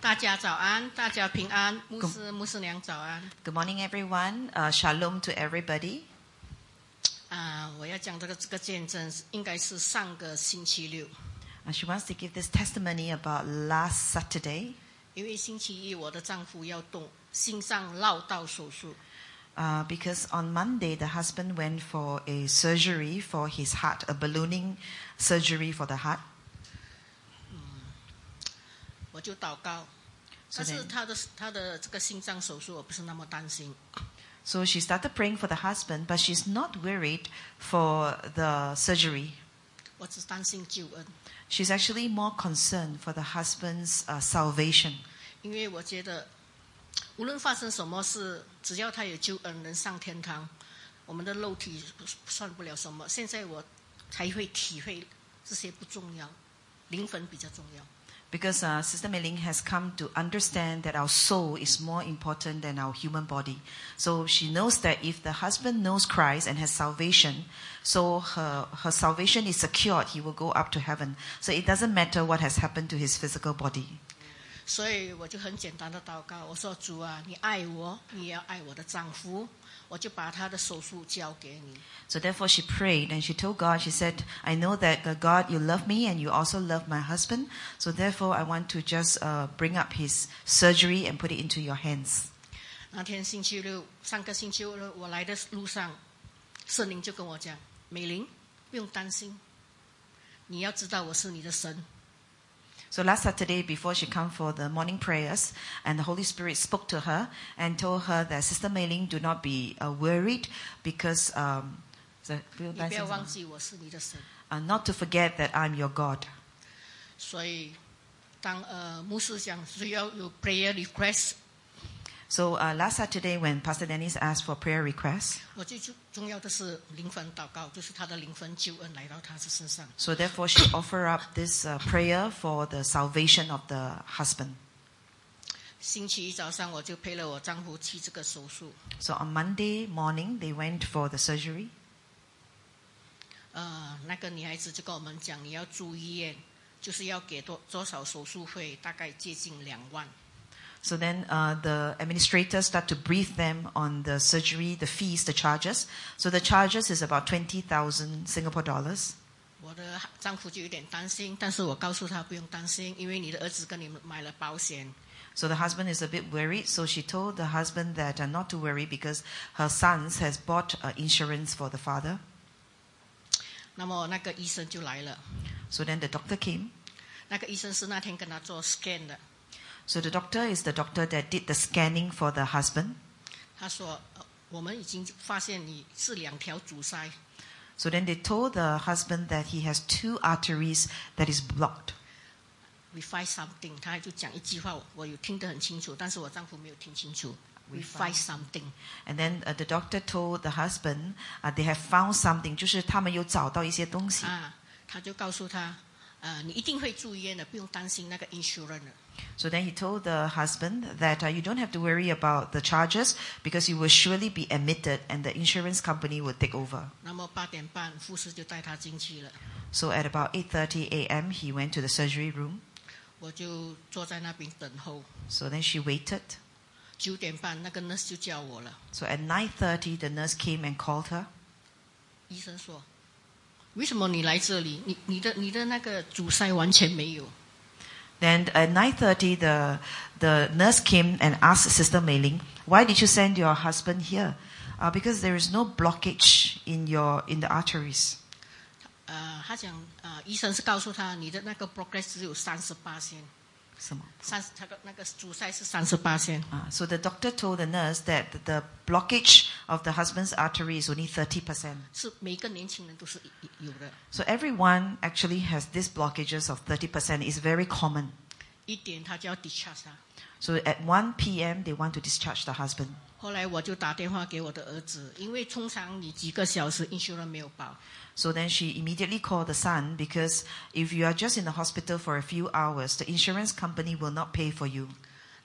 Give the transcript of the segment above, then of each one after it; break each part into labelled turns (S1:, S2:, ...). S1: 大家早安，大家平安，牧师、牧师娘早安。
S2: Good morning, everyone. Uh, shalom to everybody.
S1: 啊、我要讲这个这个见证，应该是上个星期六，
S2: Uh, she wants to give this testimony about last Saturday.
S1: 因为星期一我的丈夫要动心脏绕道手术，
S2: Uh, because on Monday, the husband went for a surgery for his heart, a ballooning surgery for the heart.
S1: 我就祷告。
S2: 是
S1: 但
S2: 的
S1: 是他的他的这个心脏手术，我不是那么担心。
S2: So she started praying for the husband, but she's not worried for the surgery.
S1: 我只担心救恩，
S2: She's actually more concerned for the husband's uh, salvation.
S1: 因为我觉得，无论发生什么事，只要他有救恩，能上天堂，我们的肉体不算不了什么。现在我才会体会这些不重要，灵魂比较重要。
S2: Because uh, Sister Mei Ling has come to understand that our soul is more important than our human body. So she knows that if the husband knows Christ and has salvation, so her, her salvation is secured, he will go up to heaven. So it doesn't matter what has happened to his physical body.
S1: 所以我就很简单的祷告，我说主啊，你爱我，你也要爱我的丈夫，我就把他的手术交给你。
S2: So therefore she prayed and she told God, she said, I know that uh, God, you love me and you also love my husband. So therefore I want to just uh, bring up his surgery and put it into your hands.
S1: 那天星期六，上个星期六我来的路上，圣灵就跟我讲：“美玲，不用担心，你要知道我是你的神。
S2: So last Saturday, before she come for the morning prayers, and the Holy Spirit spoke to her and told her that Sister Mei Ling do not be uh, worried because um, the-
S1: 你不要忘记我是你的神。
S2: uh, not to forget that I'm your God. ”
S1: 所以，当呃牧师讲需要有 prayer request，
S2: So uh, last Saturday, when Pastor Dennis asked for prayer requests,
S1: 我最重重要的是灵魂祷告，就是他的灵魂救恩来到他的身上。
S2: so therefore she offered up this uh, prayer for the salvation of the husband.
S1: 星期一早上我就陪了我丈夫去这个手术，
S2: So on Monday morning, they went for the surgery.
S1: 呃，那个呃女孩子就跟我们讲，你要住医院，就是要给多多少手术费，大概接近两万。
S2: So then uh, the administrators start to brief them on the surgery, the fees, the charges. So the charges is about 20,000 Singapore dollars.
S1: 我的丈夫就有点担心，但是我告诉他不用担心，因为你的儿子跟你们买了保险，
S2: So the husband is a bit worried. So she told the husband that uh, not to worry because her sons has bought uh, insurance for the father.
S1: 那么那个医生就来了。
S2: So then the doctor came.
S1: 那个医生是那天跟他做 scan 的，
S2: So the doctor is the doctor that did the scanning for the husband.
S1: 他说、呃我们已经发现你是两条阻塞，
S2: So then they told the husband that he has two arteries that is blocked.
S1: we find something，他就讲一句话，我有听得很清楚，但是我丈夫没有听清楚。We find something，
S2: And then uh, the doctor told the husband uh, they have found something，就是他们有找到一些东西。
S1: 啊，他就告诉他，呃，你一定会住院的，不用担心那个 insurance 的。
S2: So then he told the husband that uh, you don't have to worry about the charges because you will surely be admitted and the insurance company will take over.
S1: 那么八点半，护士就带他进去了，
S2: So at about 8:30 a.m. he went to the surgery room.
S1: 我就坐在那边等候。
S2: So then she waited.
S1: 九点半，那个 nurse 就叫我了，
S2: So at 9:30 the nurse came and called her.
S1: 医生说，为什么你来这里？你你的你的那个阻塞完全没有。
S2: Then at 9:30 the the nurse came and asked Sister Mei Ling, "Why did you send your husband here?" Uh, because there is no blockage in your in the arteries.
S1: 呃，他讲，呃，医生是告诉他，你的那个 progress 只有三十八先，三十，他的那个阻塞是三十八先。
S2: Uh, so the doctor told the nurse that the blockage of the husband's artery is only 30%.
S1: 是每一个年轻人都是有的。
S2: So everyone actually has these blockages of 30%. It's very common.
S1: 一点他就要 discharge 他。
S2: So at 1 p.m., they want to discharge the husband.
S1: 后来我就打电话给我的儿子，因为通常你几个小时 insurance 没有保，
S2: So then she immediately called the son because if you are just in the hospital for a few hours, the insurance company will not pay for you.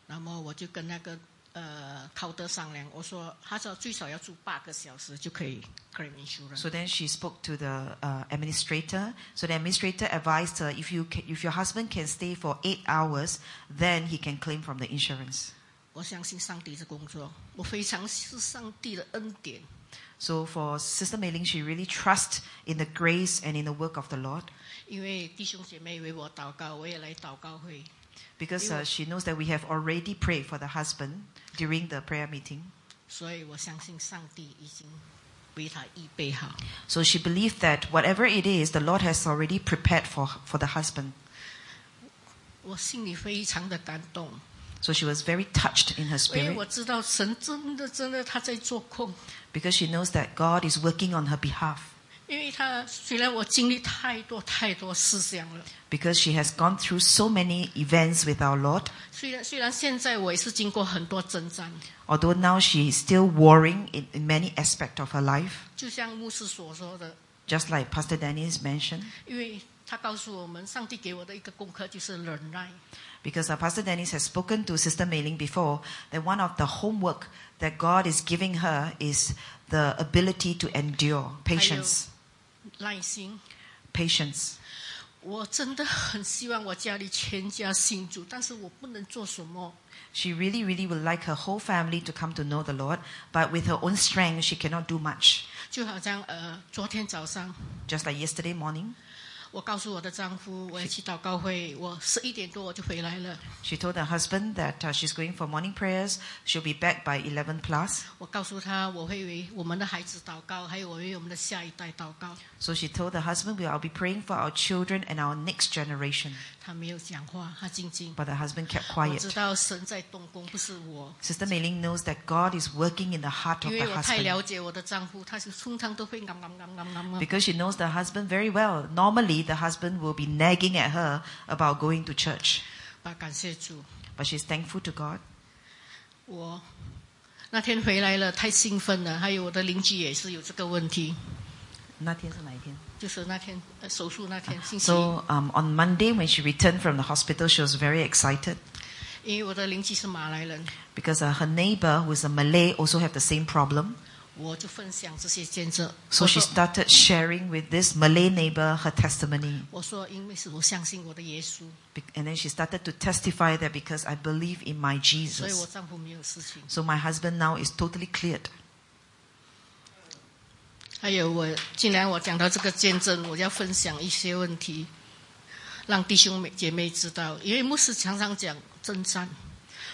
S1: 然后我就跟那个呃呃 counter 商量，我说他说最少要住八个小时就可以 claim insurance。
S2: So then she spoke to the uh, administrator. So the administrator advised her if you ca if your husband can stay for eight hours, then he can claim from the insurance.
S1: 我相信上帝的工作，我非常是上帝的恩典。
S2: So for Sister Mei Ling, she really trusts in the grace and in the work of the Lord
S1: 因为弟兄姐妹为我祷告，我也来祷告会。
S2: because uh, she knows that we have already prayed for the husband during the prayer meeting.
S1: 所以我相信上帝已经为他预备好。
S2: So she believed that whatever it is, the Lord has already prepared for for the husband.
S1: 我心里非常的感动，
S2: So she was very touched in her
S1: 因为我
S2: spirit
S1: 知道神真的真的他在做工。
S2: because she knows that God is working on her behalf
S1: 因为他虽然我经历太多太多思想了，
S2: because she has gone through so many events with our Lord.
S1: 虽然虽然现在我也是经过很多征战，
S2: Although now she is still warring in, in many aspects of her life,
S1: 就像牧师所说的，
S2: just like Pastor Dennis mentioned,
S1: 因为他告诉我们，上帝给我的一个功课就是忍耐。
S2: because uh, Pastor Dennis has spoken to Sister Mailing before that one of the homework that God is giving her is the ability to endure patience.
S1: 耐心。
S2: Patience.
S1: 我真的很希望我家里全家信主，但是我不能做什么。
S2: She really, really would like her whole family to come to know the Lord, but with her own strength, she cannot do much.
S1: 就好像呃，昨天早上
S2: Just like yesterday morning,
S1: 我告诉我的丈夫，我要去祷告会，我十一点多我就回来了。
S2: she told her husband that uh, she's going for morning prayers. She'll be back by 11 plus.
S1: 我告诉他，我会为我们的孩子祷告，还有我为我们的下一代祷告。
S2: So she told her husband, well, I'll be praying for our children and our next generation.
S1: 他没有讲话，他静静。
S2: But the husband kept
S1: 我知
S2: quiet.
S1: 道神在动工，不是我，
S2: Sister Mei Ling knows that God is working in the heart
S1: 因
S2: of the
S1: 为我太
S2: husband.
S1: 了解我的丈夫，他是通常都会昂昂昂昂昂昂。
S2: Because she knows the husband very well. Normally, the husband will be nagging at her about going to church.
S1: 啊，感谢主，
S2: But she's thankful to God.
S1: 我那天回来了，太兴奋了。还有我的邻居也是有这个问题，
S2: 那天是哪一天？
S1: 就是那天呃手术那天星期一，
S2: So um, on Monday, when she returned from the hospital, she was very excited
S1: 因为我的邻居是马来人，
S2: because uh, her neighbor, who is a Malay, also have the same problem.
S1: 我就分享这些见证。
S2: So
S1: 我
S2: she
S1: 说
S2: started sharing with this Malay neighbor her testimony,
S1: 我说，因为是我相信我的耶稣，
S2: Be- and then she started to testify that because I believe in my
S1: 所以我
S2: Jesus,
S1: 丈夫没有事情。
S2: so my husband now is totally cleared.
S1: 还有我，既然我讲到这个见证，我要分享一些问题，让弟兄妹姐妹知道。因为牧师常常讲征战，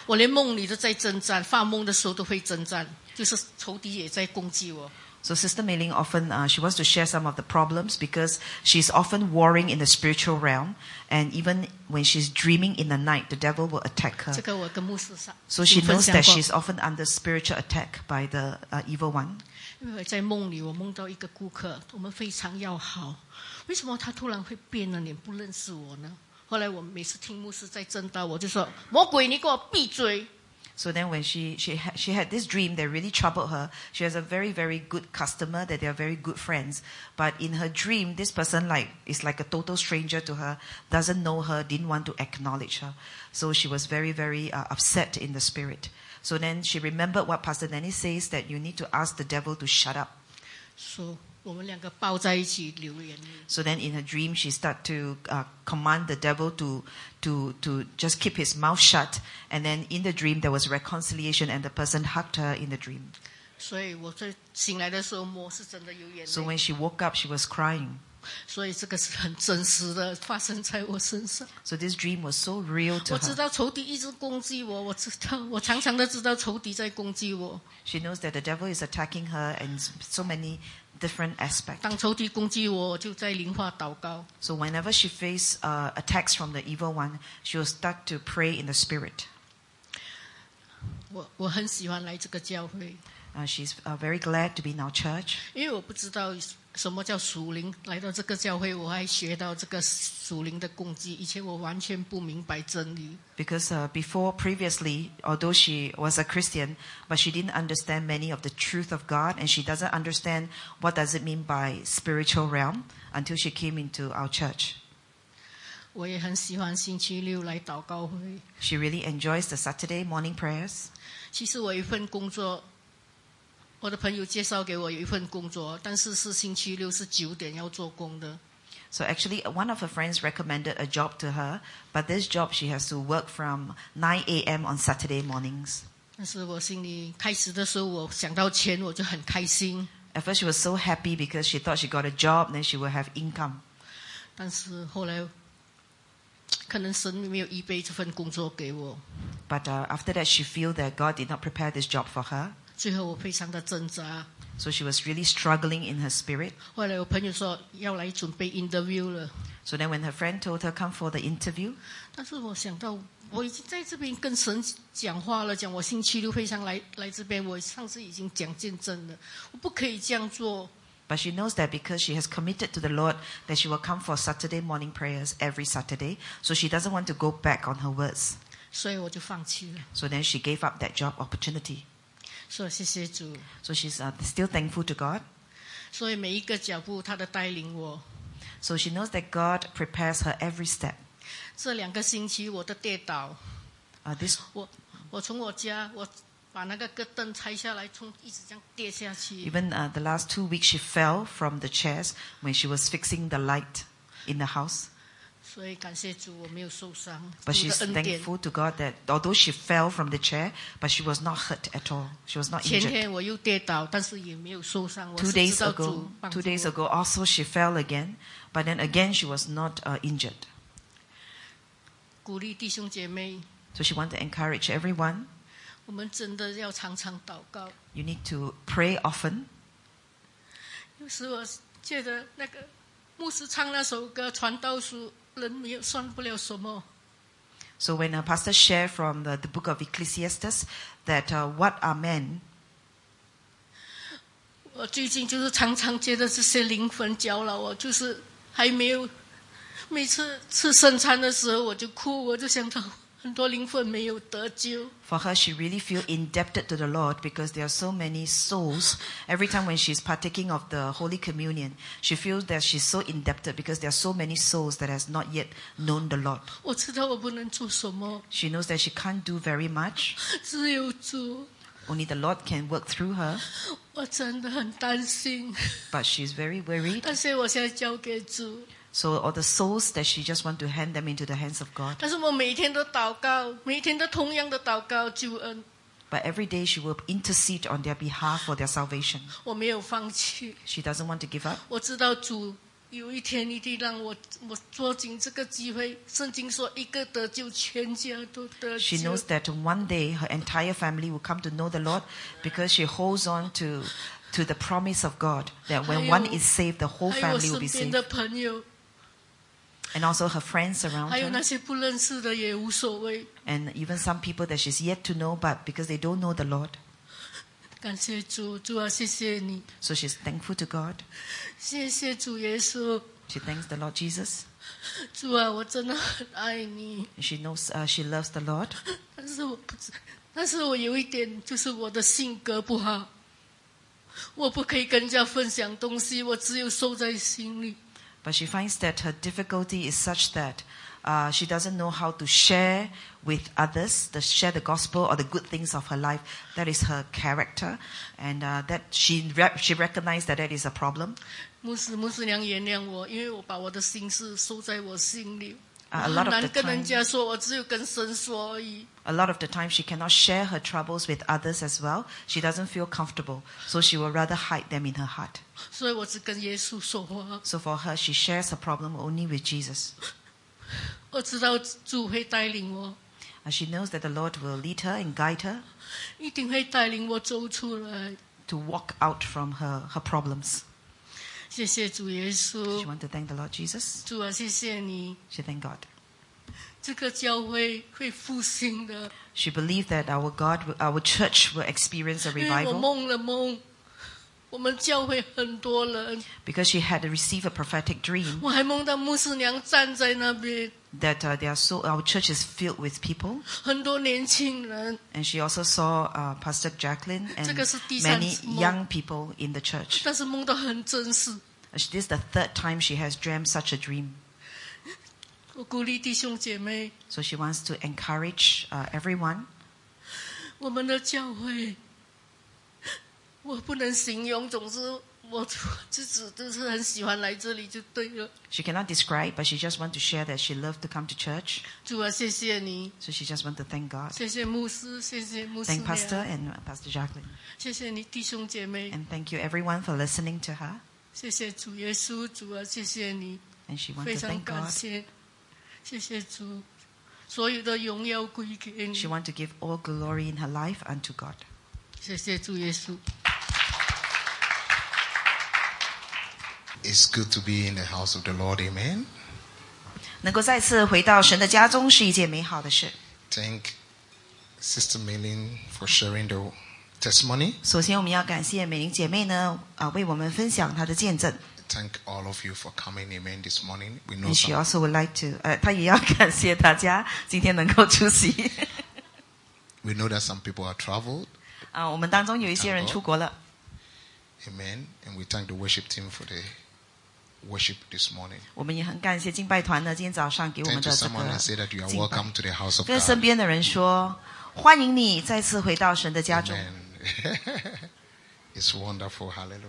S1: 我连梦里都在征战，发梦的时候都会征战，就是仇敌也在攻击我。
S2: So Sister Mei Ling often uh, she wants to share some of the problems because she's often warring in the spiritual realm, and even when she's dreaming in the night, the devil will attack her.
S1: 这个我跟啊牧师上
S2: So she
S1: 分
S2: knows
S1: 享
S2: that
S1: 过，
S2: she's often under spiritual attack by the uh, evil one.
S1: 因为在梦里我梦到一个顾客，我们非常要好，为什么他突然会变了脸，不认识我呢？后来我每次听牧师在正道，我就说魔鬼，你给我闭嘴！
S2: So then, when she she ha- she had this dream that really troubled her, she has a very very good customer that they are very good friends. But in her dream, this person like is like a total stranger to her, doesn't know her, didn't want to acknowledge her. So she was very very uh, upset in the spirit. So then she remembered what Pastor Danny says that you need to ask the devil to shut up.
S1: 说、我们两个抱在一起流眼泪。
S2: So then, in her dream, she start to uh, command the devil to to to just keep his mouth shut. And then in the dream, there was reconciliation, and the person hugged her in the dream.
S1: 所以我在醒来的时候，我是真的有眼
S2: So
S1: 泪，
S2: when she woke up, she was crying.
S1: 所以这个是很真实的发生在我身上。
S2: So this dream was so real
S1: 我
S2: to
S1: 知
S2: her.
S1: 道仇敌一直攻击我，我知道，我常常都知道仇敌在攻击我。
S2: She knows that the devil is attacking her in s- so many different aspects.
S1: 当仇敌攻击我，我就在灵化祷告。
S2: So whenever she faced uh, attacks from the evil one, she will start to pray in the spirit.
S1: 我我很喜欢来这个教会，
S2: Uh, she's uh, very glad to be in our church
S1: 因为我不知道什么叫属灵。来到这个教会，我还学到这个属灵的攻击。以前我完全不明白真理，
S2: because uh, before, previously, although she was a Christian, but she didn't understand many of the truth of God, and she doesn't understand what does it mean by spiritual realm until she came into our church.
S1: 我也很喜欢星期六来祷告会。
S2: She really enjoys the Saturday morning prayers.
S1: 其实我有一份工作，我的朋友介绍给我有一份工作，但是是星期六是九点要做工的。
S2: So actually, one of her friends recommended a job to her, but this job she has to work from 9 a.m. on Saturday mornings.
S1: 但是我心里开始的时候，我想到钱我就很开心，
S2: At first, she was so happy because she thought she got a job, then she will have income.
S1: 但是后来可能神没有预备这份工作给我，
S2: But uh, after that, she feel that God did not prepare this job for her,
S1: 最后我非常的挣扎。
S2: so she was really struggling in her spirit.
S1: 后来我朋友说要来准备 interview 了，
S2: So then, when her friend told her come for the interview,
S1: 但是我想到我已经在这边跟神讲话了，讲我星期六会上来来这边，我上次已经讲见证了，我不可以这样做。
S2: but she knows that because she has committed to the Lord that she will come for Saturday morning prayers every Saturday, so she doesn't want to go back on her words.
S1: 所以我就放弃了。
S2: So then she gave up that job opportunity.
S1: 所以谢谢主，
S2: So she's uh, still thankful to God.
S1: 所以每一个脚步他都带领我。
S2: So she knows that God prepares her every step.
S1: 这两个星期我都跌倒，
S2: Uh, this
S1: 我我从我家我把那个个凳拆下来，从一直这样跌下去。
S2: even uh, the last two weeks she fell from the chairs when she was fixing the light in the house.
S1: 所以感谢主，我没有受伤，主
S2: But she's
S1: 的恩典。
S2: thankful to God that although she fell from the chair, but she was not hurt at all. She was not
S1: 前
S2: injured.
S1: 天我又跌倒，但是也没有受伤。我
S2: Two
S1: 是
S2: days
S1: 知道主
S2: ago,
S1: 帮助
S2: two days
S1: 我。
S2: ago, also she fell again, but then again she was not uh, injured.
S1: 鼓励弟兄姐妹，
S2: So she wanted to encourage everyone.
S1: 我们真的要常常祷告。
S2: You need to pray often.
S1: 有时我觉得那个牧师唱那首歌《传道书》，人没有算不了什么。
S2: So when a pastor shared from the, the book of Ecclesiastes that uh, what are men
S1: 我最近就是常常觉得这些灵魂搅扰我，就是还没有每次吃圣餐的时候我就哭，我就想到很多灵魂没有得救。
S2: For her, she really feel indebted to the Lord because there are so many souls. Every time when she's partaking of the Holy Communion, she feels that she's so indebted because there are so many souls that has not yet known the Lord.
S1: 我知道我不能做什么，
S2: She knows that she can't do very much.
S1: 只有主。
S2: Only the Lord can work through her,
S1: 我真的很担心，
S2: but she's very worried.
S1: 但是我现在交给主。
S2: So all the souls that she just want to hand them into the hands of God.
S1: 但是我每天都祷告，每天都同样的祷告救恩，
S2: But every day she will intercede on their behalf for their salvation.
S1: 我没有放弃。
S2: She doesn't want to give up.
S1: 我知道主有一天一定让我我捉紧这个机会。圣经说，一个得救，全家都得
S2: She
S1: 救
S2: knows。that one day her entire family will come to know the Lord because she holds on to, to the promise of God that when one is saved, the whole
S1: 还有我
S2: family
S1: 身
S2: will be
S1: 边
S2: saved.
S1: 的朋友，
S2: And also her friends around
S1: 还有那
S2: her,
S1: 些不认识的也无所谓。
S2: and even some people that she's yet to know, but because they don't know the Lord.
S1: 感谢主，主啊，谢谢你，
S2: So she's thankful to God.
S1: 谢谢主耶稣，
S2: She thanks the Lord Jesus.
S1: 主啊，我真的很爱你。
S2: And She knows uh, she loves the Lord.
S1: 但是我不知，但是我有一点就是我的性格不好，我不可以跟人家分享东西，我只有收在心里。
S2: But she finds that her difficulty is such that uh, she doesn't know how to share with others, to share the gospel or the good things of her life. That is her character, and uh, that she re- she recognized that that is a problem.
S1: 牧师，牧师娘原谅我，因为我把我的心事收在我心里，我
S2: Uh, a
S1: 很
S2: lot of
S1: 难
S2: the
S1: 跟人
S2: time,
S1: 家说，我只有跟神说而已。
S2: a lot of the time, she cannot share her troubles with others as well. She doesn't feel comfortable, so she will rather hide them in her heart.
S1: 所以我只跟耶稣说话。
S2: So for her, she shares her problem only with Jesus.
S1: 我知道主会带领我，
S2: Uh, she knows that the Lord will lead her and guide her
S1: 一定会带领我走出来。
S2: to walk out from her her problems.
S1: 谢谢主耶
S2: She
S1: 稣，
S2: want to thank the Lord Jesus.
S1: 主啊，谢谢你，
S2: She thank God.
S1: 这个教会会复兴的。
S2: She believed that our God, our church will experience a
S1: 因为我
S2: revival
S1: 梦了梦，我们教会很多人，
S2: because she had received a prophetic dream
S1: 我还梦到牧师娘站在那边，
S2: that uh, they are so, our church is filled with people.
S1: 很多年轻人。
S2: And she also saw uh, Pastor Jacqueline and
S1: 这个是第三次梦。
S2: many young people in the church.
S1: 但是梦到很真实，
S2: This is the third time she has dreamt such a dream.
S3: 我鼓励弟兄姐妹，
S2: So she wants to encourage uh, everyone.
S3: 我们的教会，我不能形容，总之我自己就是很喜欢来这里就对了。
S2: She cannot describe, but she just want to share that she loved to come to church.
S3: 主啊，谢谢你，
S2: So she just want to thank God,
S3: 谢谢牧师，谢谢牧师
S2: thank
S3: 娘，
S2: Pastor and uh, Pastor Jacqueline,
S3: 谢谢你弟兄姐妹，
S2: and thank you everyone for listening to her.
S3: 谢谢主耶稣，主啊，谢谢你，
S2: And she wants
S3: 非
S2: to
S3: 常
S2: thank
S3: 感
S2: God.
S3: 谢，谢谢主，所有的荣耀归给你
S2: She，want to give all glory in her life unto God.
S3: 谢谢主耶稣。
S4: It's good to be in the house of the Lord. Amen.
S2: 能够再次回到神的家中是一件美好的事。
S4: Thank Sister Melin for sharing the testimony.
S2: 首先，我们要感谢美玲姐妹呢，啊、为我们分享她的见证。
S4: Thank all of you for coming. Amen. This morning, we know
S2: And she
S4: some,
S2: also would like to，呃，她也要感谢大家今天能够出席。
S4: we know that some people are traveled.
S2: 啊，我们当中有一些人出国
S4: Uh-huh
S2: 了，
S4: Amen. And we thank the worship team for the worship this morning.
S2: 我们也很感谢敬拜团呢，今天早上给我
S4: Turn
S2: 们
S4: to
S2: 的这
S4: someone
S2: 个
S4: and say that you are
S2: 敬拜
S4: welcome。to the house of
S2: 跟身
S4: God.
S2: 边的人说，欢迎你再次回到神的家中。
S4: Amen. it's wonderful. Hallelujah.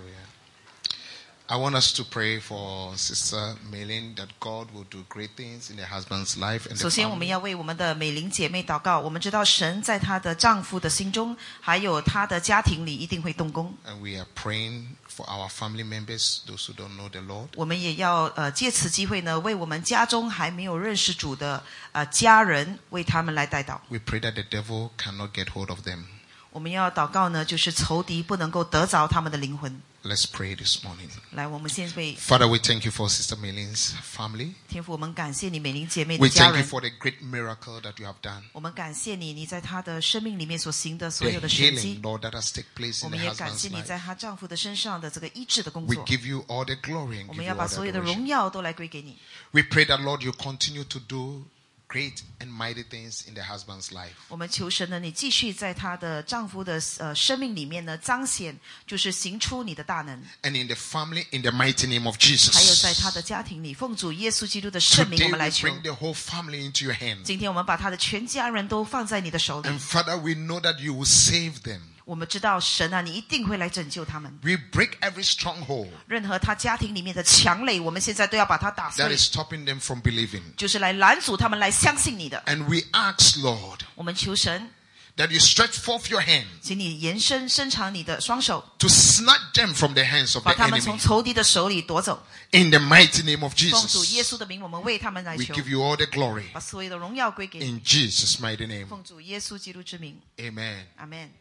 S4: I want us to pray for Sister Melin that God will do great things in her husband's life and
S2: 首
S4: the
S2: 先，我们
S4: family.
S2: 要为我们的美玲姐妹祷告。我们知道神在她的丈夫的心中，还有她的家庭里一定会动工。
S4: And we are praying for our family members, those who don't know the Lord.
S2: 我们也要呃借此机会呢，为我们家中还没有认识主的呃家人，为他们来代祷。
S4: We pray that the devil cannot get hold of them.
S2: 我们要祷告呢，就是仇敌不能够得着他们的灵魂。
S4: Let's pray this morning.
S2: 来，我们先为
S4: Father, we thank you for Sister Melin's family.
S2: 天父，我们感谢你美玲姐妹
S4: We
S2: 的家
S4: thank you
S2: 人，
S4: for the great miracle that you have done.
S2: 我们感谢你，你在她的生命里面所行的所
S4: The
S2: 有的神
S4: healing,
S2: 迹。
S4: Lord, that has taken place
S2: 我
S4: in the
S2: 们也感谢
S4: husband's
S2: 你
S4: life.
S2: 在她丈夫的身上的这个医治的工
S4: We
S2: 作。
S4: give you all the glory and
S2: 我
S4: give
S2: 们
S4: you
S2: 要
S4: all
S2: 把
S4: the
S2: 所有的荣
S4: adoration.
S2: 耀都来归给你。
S4: We pray that, Lord, you continue to do great and mighty things in the husband's life.
S2: 我们求神呢，你继续在她的丈夫的呃生命里面呢彰显，就是行出你的大能。
S4: And in the family, in the mighty name of
S2: 还有在
S4: Jesus.
S2: 他的家庭里，奉主耶稣基督的圣名，
S4: Today
S2: 我们来
S4: we
S2: 求。
S4: bring the whole family into your hands.
S2: 今天我们把他的全家人都放在你的手里
S4: And，Father, we know that you will save them.
S2: 我们知道神啊，你一定会来拯救他们。
S4: We break every stronghold
S2: 任何他家庭里面的强垒，我们现在都要把它打
S4: that
S2: 碎
S4: is，stopping them from believing.
S2: 就是来拦阻他们来相信你的。
S4: And we ask, Lord,
S2: 我们求神，
S4: that you stretch forth your hand
S2: 请你延伸伸长你的双手，
S4: to snatch them from the hands of
S2: 把
S4: the
S2: 他们从
S4: enemy.
S2: 仇敌的手里夺走。
S4: In the mighty name of
S2: 奉主耶稣
S4: Jesus,
S2: 的名，我们为他们来
S4: we
S2: 求，
S4: give you all the glory.
S2: 把所有的荣耀归给你。
S4: In Jesus' mighty name,
S2: 奉主耶稣基督之名，
S4: amen.
S2: 阿门。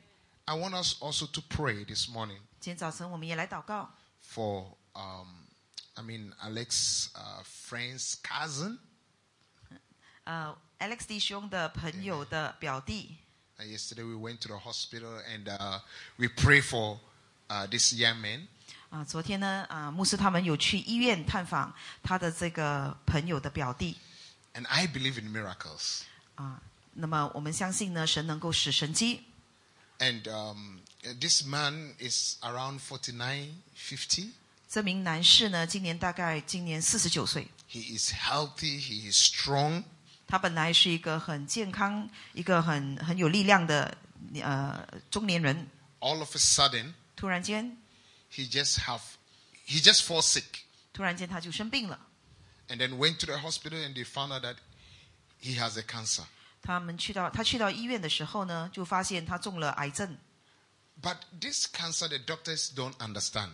S4: I want us also to pray this morning
S2: 今天早晨我们也来祷告。
S4: for, um, I mean, Alex uh, friend's cousin.
S2: 呃，Alex 弟兄的朋友的表弟，
S4: And Uh, yesterday we went to the hospital and uh, we pray for uh, this young man.
S2: 啊，昨天呢，啊，牧师他们有去医院探访他的这个朋友的表弟
S4: And I believe in miracles.
S2: 啊。那么我们相信呢，神能够使神机。
S4: And um, this man is around 49, 50.
S2: 这名男士呢，今年大概今年四十九岁，
S4: He is healthy, he is strong.
S2: 他本来是一个很健康、一个很很有力量的呃中年人，
S4: All of a sudden,
S2: 突然间，
S4: he just have he just falls sick.
S2: 突然间他就生病了。
S4: And then went to the hospital and they found out that he has a cancer.
S2: 他们去到他去到医院的时候呢，就发现他中了癌症，
S4: But this cancer the doctors don't understand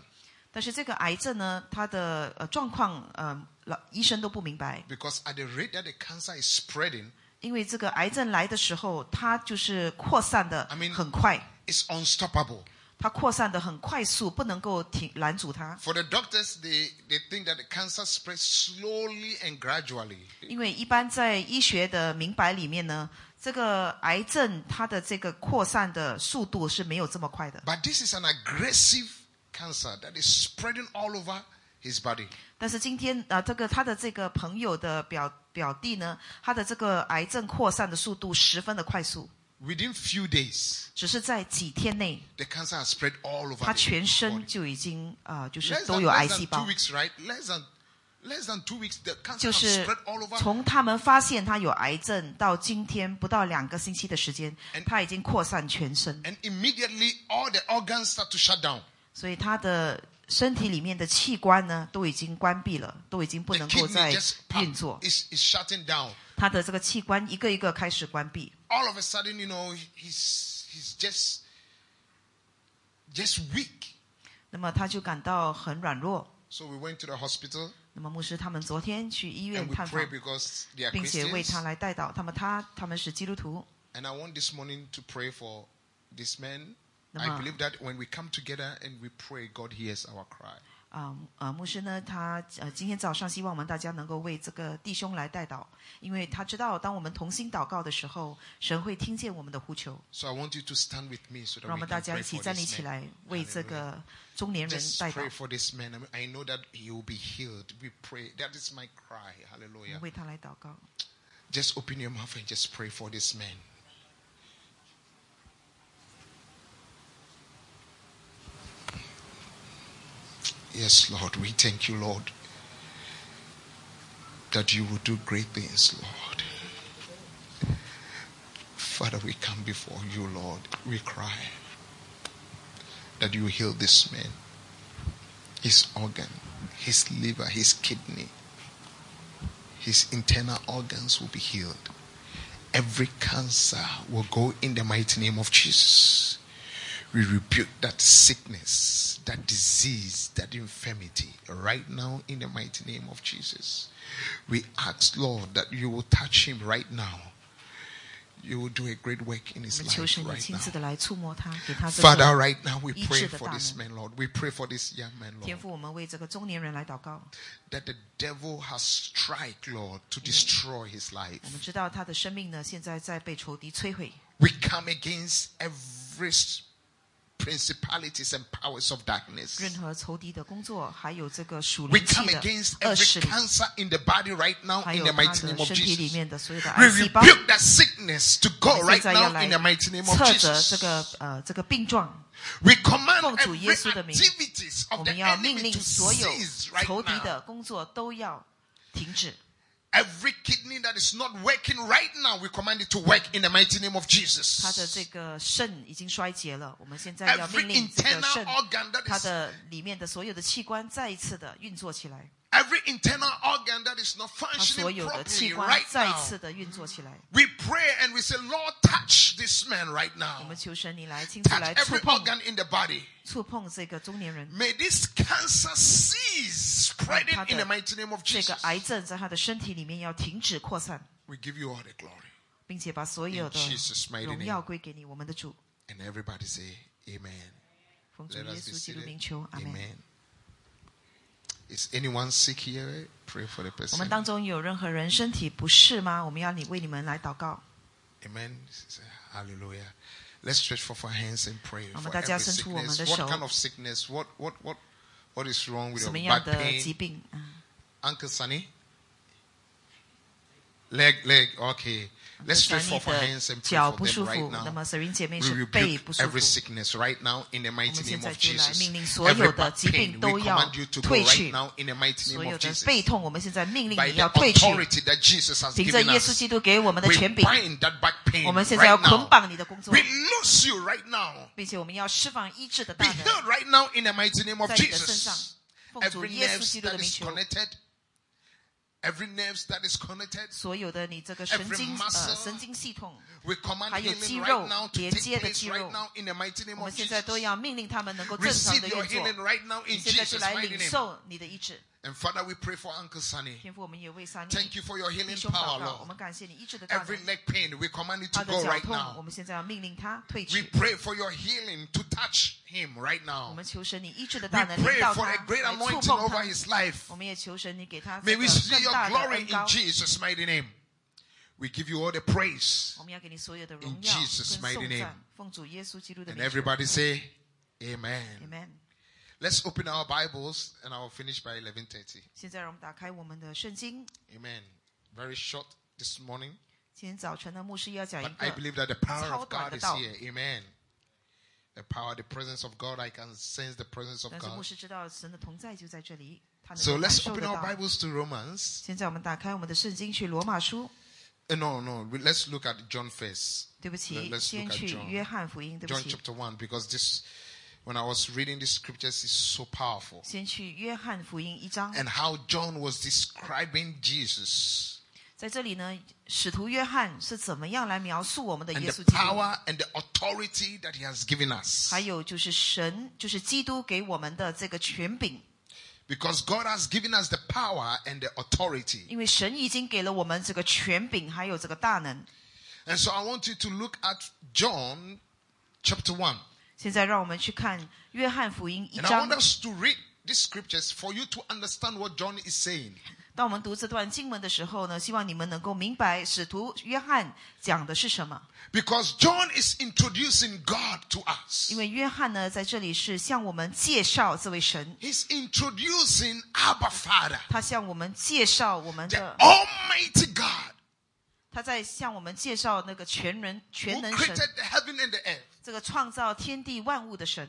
S2: 但是这个癌症呢，他的呃状况呃老医生都不明白。
S4: because at the rate that the cancer is spreading,
S2: 因为这个癌症来的时候，它就是扩散的
S4: I mean-
S2: 很快，
S4: it's unstoppable.
S2: 它扩散的很快速，不能够停拦阻它。
S4: For the doctors, they, they think that the cancer spreads slowly and gradually.
S2: 因为一般在医学的明白里面呢，这个癌症它的这个扩散的速度是没有这么快的。
S4: But this is an aggressive cancer that is spreading all over his body.
S2: 但是今天啊、呃这个他的这个朋友的表表弟呢，他的这个癌症扩散的速度十分的快速，
S4: Within few days,
S2: 只是在几天内，
S4: the cancer has spread all over
S2: 他
S4: the
S2: 全身
S4: body.
S2: 就已经啊、呃就是
S4: Less
S2: 都
S4: than,
S2: 有癌
S4: less
S2: 细
S4: than
S2: 胞
S4: two。weeks, right? Less than Less than two weeks, the cancer
S2: 就
S4: has
S2: 是
S4: spread all over.
S2: 从他们发现他有癌症到今天不到两个星期的时间
S4: And-，
S2: 他已经扩散全身，
S4: And immediately, all the organs start to shut down.
S2: 所以他的身体里面的器官呢都已经关闭了，都已经不
S4: The
S2: 能够
S4: kidney
S2: 再
S4: just
S2: 运作
S4: pop,，is, is shutting down.
S2: 他的这个器官一个一个开始关闭，
S4: All of a sudden, you know, he's, he's just, just weak.
S2: 那么他就感到很软弱。
S4: So we went to the hospital
S2: 那么牧师他们昨天去医
S4: and
S2: 院
S4: we
S2: 探访
S4: pray，because they are
S2: 并且为
S4: Christians.
S2: 他来带导。他们他他们是基督徒，
S4: And I want this morning to pray for this man. I
S2: Nama.
S4: believe that when we come together and we pray, God hears our cry.
S2: 啊呃，牧师呢，他呃今天早上希望我们大家能够为这个弟兄来代祷，因为他知道当我们同心祷告的时候，神会听见我们的呼求。
S4: So I want you to stand with me so that
S2: 让我
S4: we
S2: 们
S4: can
S2: 大家
S4: pray
S2: 一起
S4: for
S2: 站立
S4: this
S2: 起
S4: man.
S2: 来，为这
S4: Hallelujah.
S2: 个中年人
S4: Just
S2: 代
S4: pray
S2: 祷，
S4: for this man. I, mean, I know that he will be healed. We pray. That is my cry. Hallelujah.
S2: 为他来祷告。
S4: Just open your mouth and just pray for this man. Yes, Lord, we thank you, Lord, that you will do great things, Lord. Father, we come before you, Lord. We cry that you heal this man, his organ, his liver, his kidney, his internal organs will be healed. Every cancer will go in the mighty name of Jesus. We rebuke that sickness, that disease, that infirmity right now in the mighty name of Jesus. We ask, Lord, that you will touch him right now. You will do a great work in
S2: 我
S4: his
S2: 们求神
S4: life
S2: 你
S4: right
S2: 亲
S4: now.
S2: 自的来触摸他，给他这
S4: Father,
S2: 个
S4: right now we pray
S2: 医治的
S4: for this
S2: 大能。
S4: man, Lord. We pray for this young man,
S2: 天
S4: Lord.
S2: 赋。我们为这个中年人来祷告。
S4: That the devil has strike, Lord, to destroy his
S2: 我们
S4: life.
S2: 知道他的生命呢，现在在被仇敌摧毁。
S4: We come against every s- principalities and powers of
S2: 任
S4: darkness.
S2: 何仇敌的工作，还有这个属
S4: We
S2: 灵气
S4: come
S2: 的
S4: against
S2: 恶
S4: every
S2: 势力，
S4: cancer in the body right now
S2: 还
S4: in
S2: 有
S4: the
S2: 他
S4: mighty
S2: 的
S4: name of
S2: 身体里
S4: Jesus.
S2: 面的所有的
S4: We
S2: 癌细胞。
S4: rebuke that sickness to
S2: 我
S4: go
S2: 们现
S4: right
S2: 在要
S4: now
S2: 来
S4: in the mighty name of
S2: 测着这
S4: Jesus.
S2: 个呃这个病状，
S4: We command
S2: 奉主
S4: every
S2: 耶稣的名，
S4: activities
S2: 我
S4: of the
S2: 们要命
S4: enemy
S2: 令
S4: to
S2: 所有
S4: cease right
S2: 仇敌
S4: now.
S2: 的工作都要停止。
S4: Every kidney that is not working right now, we command it to work in the mighty name of
S2: 他的这
S4: Jesus.
S2: 个肾已经衰竭了，我们现在要
S4: Every
S2: 命令这个
S4: internal
S2: 肾，
S4: organ that
S2: 它
S4: is
S2: 的里面的所有的器官再一次的运作起来，
S4: every internal organ that is not
S2: 它所
S4: functioning
S2: 有的
S4: properly
S2: 器官
S4: right
S2: 再一
S4: now.
S2: 次的运作起来。
S4: We pray and we say, Lord, touch this man right
S2: 我
S4: now.
S2: 们求神，你来亲自来
S4: Touch
S2: 触
S4: every
S2: 碰
S4: organ in the body.
S2: 触碰这个中年人。
S4: May this cancer cease spreading in the mighty name of
S2: 这个
S4: Jesus.
S2: 癌症在他的身体里面要停止扩散，
S4: We give you all the glory.
S2: 并且把所有的
S4: In Jesus' mighty name
S2: 荣耀归给你，我们的主。
S4: And everybody say, Amen.
S2: 奉主
S4: Let
S2: 耶
S4: us be
S2: 稣基督
S4: seated.
S2: 名求，阿门。
S4: Amen. Is anyone sick here? Pray for the
S2: 我
S4: person.
S2: 们当中有任何人身体不适吗？我们要你为你们来祷告。
S4: Amen. Hallelujah. Let's stretch forth our hands and pray.
S2: 我们
S4: for
S2: 大家
S4: every
S2: 伸出我们的
S4: sickness. What
S2: 手。
S4: kind of sickness? What what what what is wrong with
S2: 什
S4: your
S2: 么样
S4: back
S2: 的疾
S4: pain?
S2: 病？嗯
S4: Uncle Sunny. Leg, leg, okay. Let's stretch
S2: 你
S4: forth our hands
S2: 的
S4: and pray
S2: 脚
S4: for
S2: 不舒
S4: them
S2: 服
S4: right，
S2: 那么
S4: now.
S2: 沈云姐妹
S4: We
S2: 是背不
S4: rebuke
S2: 舒服
S4: every。sickness right now in the mighty name of
S2: 我们现在就来命令
S4: Jesus.
S2: 所有的
S4: Every back
S2: 疾病
S4: pain, we
S2: 都要
S4: command you to go
S2: 退去。
S4: right now in the mighty
S2: 所
S4: name
S2: 有
S4: of
S2: 的
S4: Jesus.
S2: 背痛，我们现在命令
S4: By
S2: 你要
S4: the
S2: 退去。
S4: authority that Jesus has
S2: 凭着
S4: given
S2: 耶稣
S4: us,
S2: 基督给我们的
S4: we
S2: 权柄，
S4: bind that back pain
S2: 我们现在要
S4: right
S2: 捆
S4: now.
S2: 绑你的工作
S4: We，lose you right now.
S2: 并且我们要释放医治的
S4: Be
S2: 大能。
S4: healed right now in the mighty name of
S2: 在你的身上
S4: Jesus.，
S2: 奉主
S4: Every
S2: 耶稣
S4: nerve
S2: 基督的
S4: that
S2: 名
S4: is
S2: 求，
S4: connected, every nerve that is connected,
S2: 所有的你这个神
S4: every
S2: 经
S4: muscle
S2: 呃神经系统，
S4: we command
S2: 还有
S4: healing
S2: 肌肉，
S4: right now to take
S2: 连接的
S4: place
S2: 肌肉。
S4: right now in the mighty
S2: 我
S4: name
S2: 们
S4: of
S2: 现在都
S4: Jesus.
S2: 要命令他们能够正常
S4: Receive
S2: 的
S4: your
S2: 运作
S4: healing。right now
S2: 你
S4: in
S2: 现在就
S4: Jesus'
S2: 来
S4: mighty
S2: 领
S4: name.
S2: 受你的医治，
S4: And Father, we pray for Uncle Sunny.
S2: 天父，我们也为撒你
S4: Thank you for your
S2: 弟
S4: healing
S2: 兄
S4: power,
S2: 祷告，我
S4: Lord.
S2: 们感谢你医治的大
S4: Every
S2: 能。
S4: neck pain, we command it
S2: 他
S4: to
S2: 的
S4: go
S2: 脚
S4: right
S2: 痛，我
S4: now.
S2: 们现在要命令他退
S4: We
S2: 去。
S4: pray for your healing to touch him right
S2: 我
S4: now.
S2: 们求神你医治的
S4: We
S2: 大能
S4: pray
S2: 领到
S4: for
S2: 他，
S4: a great
S2: 来
S4: anointing
S2: 触碰
S4: over
S2: 他。
S4: his life.
S2: 我们也求神你给他
S4: May
S2: 这
S4: we
S2: 个
S4: see
S2: 更
S4: your
S2: 大的
S4: glory
S2: 恩
S4: in
S2: 膏。
S4: Jesus' mighty name. We give you all the praise.
S2: 我们要给你所有的荣
S4: In
S2: 耀跟
S4: Jesus' mighty
S2: 颂
S4: name
S2: 赞，奉主耶稣基督的
S4: And
S2: 名求。
S4: everybody say, Amen.
S2: Amen。
S4: Let's open our Bibles and I'll finish by 11:30.
S2: 现在让我们打开我们的圣经。
S4: Amen. Very short this morning,
S2: 今天早晨呢，牧师要讲一
S4: but I
S2: 个
S4: believe that the power of
S2: 超
S4: God is
S2: 短的道。
S4: here. Amen. The power, the presence of God, I can sense the presence of
S2: 但是牧
S4: God.
S2: 师知道神的同在就在这里。他能
S4: So
S2: 够感
S4: let's
S2: 受
S4: open
S2: 得
S4: our
S2: 到。
S4: Bibles to Romans.
S2: 现在我们打开我们的圣经去罗马书，
S4: Uh, no, no, we- let's look at John first.
S2: 对不
S4: Let-
S2: 起，
S4: Let's
S2: 先
S4: look at
S2: 去
S4: John.
S2: 约翰福音，对不
S4: John
S2: 起，
S4: chapter 1 because this when I was reading the scriptures is so powerful.
S2: 先去约翰福音一章。
S4: And how John was describing Jesus
S2: 在这里呢，使徒约翰是怎么样来描述我们的
S4: and
S2: 耶稣
S4: the
S2: 基督？
S4: power and the authority that he has given us.
S2: 还有就是神，就是基督给我们的这个权柄，
S4: Because God has given us the power and the authority.
S2: 因为神已经给了我们这个权柄，还有这个大能。
S4: And so I want you to look at John chapter 1.
S2: 现在让我们去看约翰福音一
S4: And I
S2: 章
S4: want。us to read these scriptures for you to understand what John is saying.
S2: 当我们读这段经文的时候呢，希望你们能够明白使徒约翰讲的是什么。
S4: Because John is introducing God to
S2: 因
S4: us.
S2: 为约翰呢，在这里是向我们介绍这位神，
S4: He's introducing Abba Father,
S2: 他向我们介绍我们
S4: the
S2: 的，
S4: Almighty God
S2: 他在向我们介绍那个全能
S4: who
S2: 全能神，
S4: created the heaven and the earth.
S2: 这个创造天地万物的神。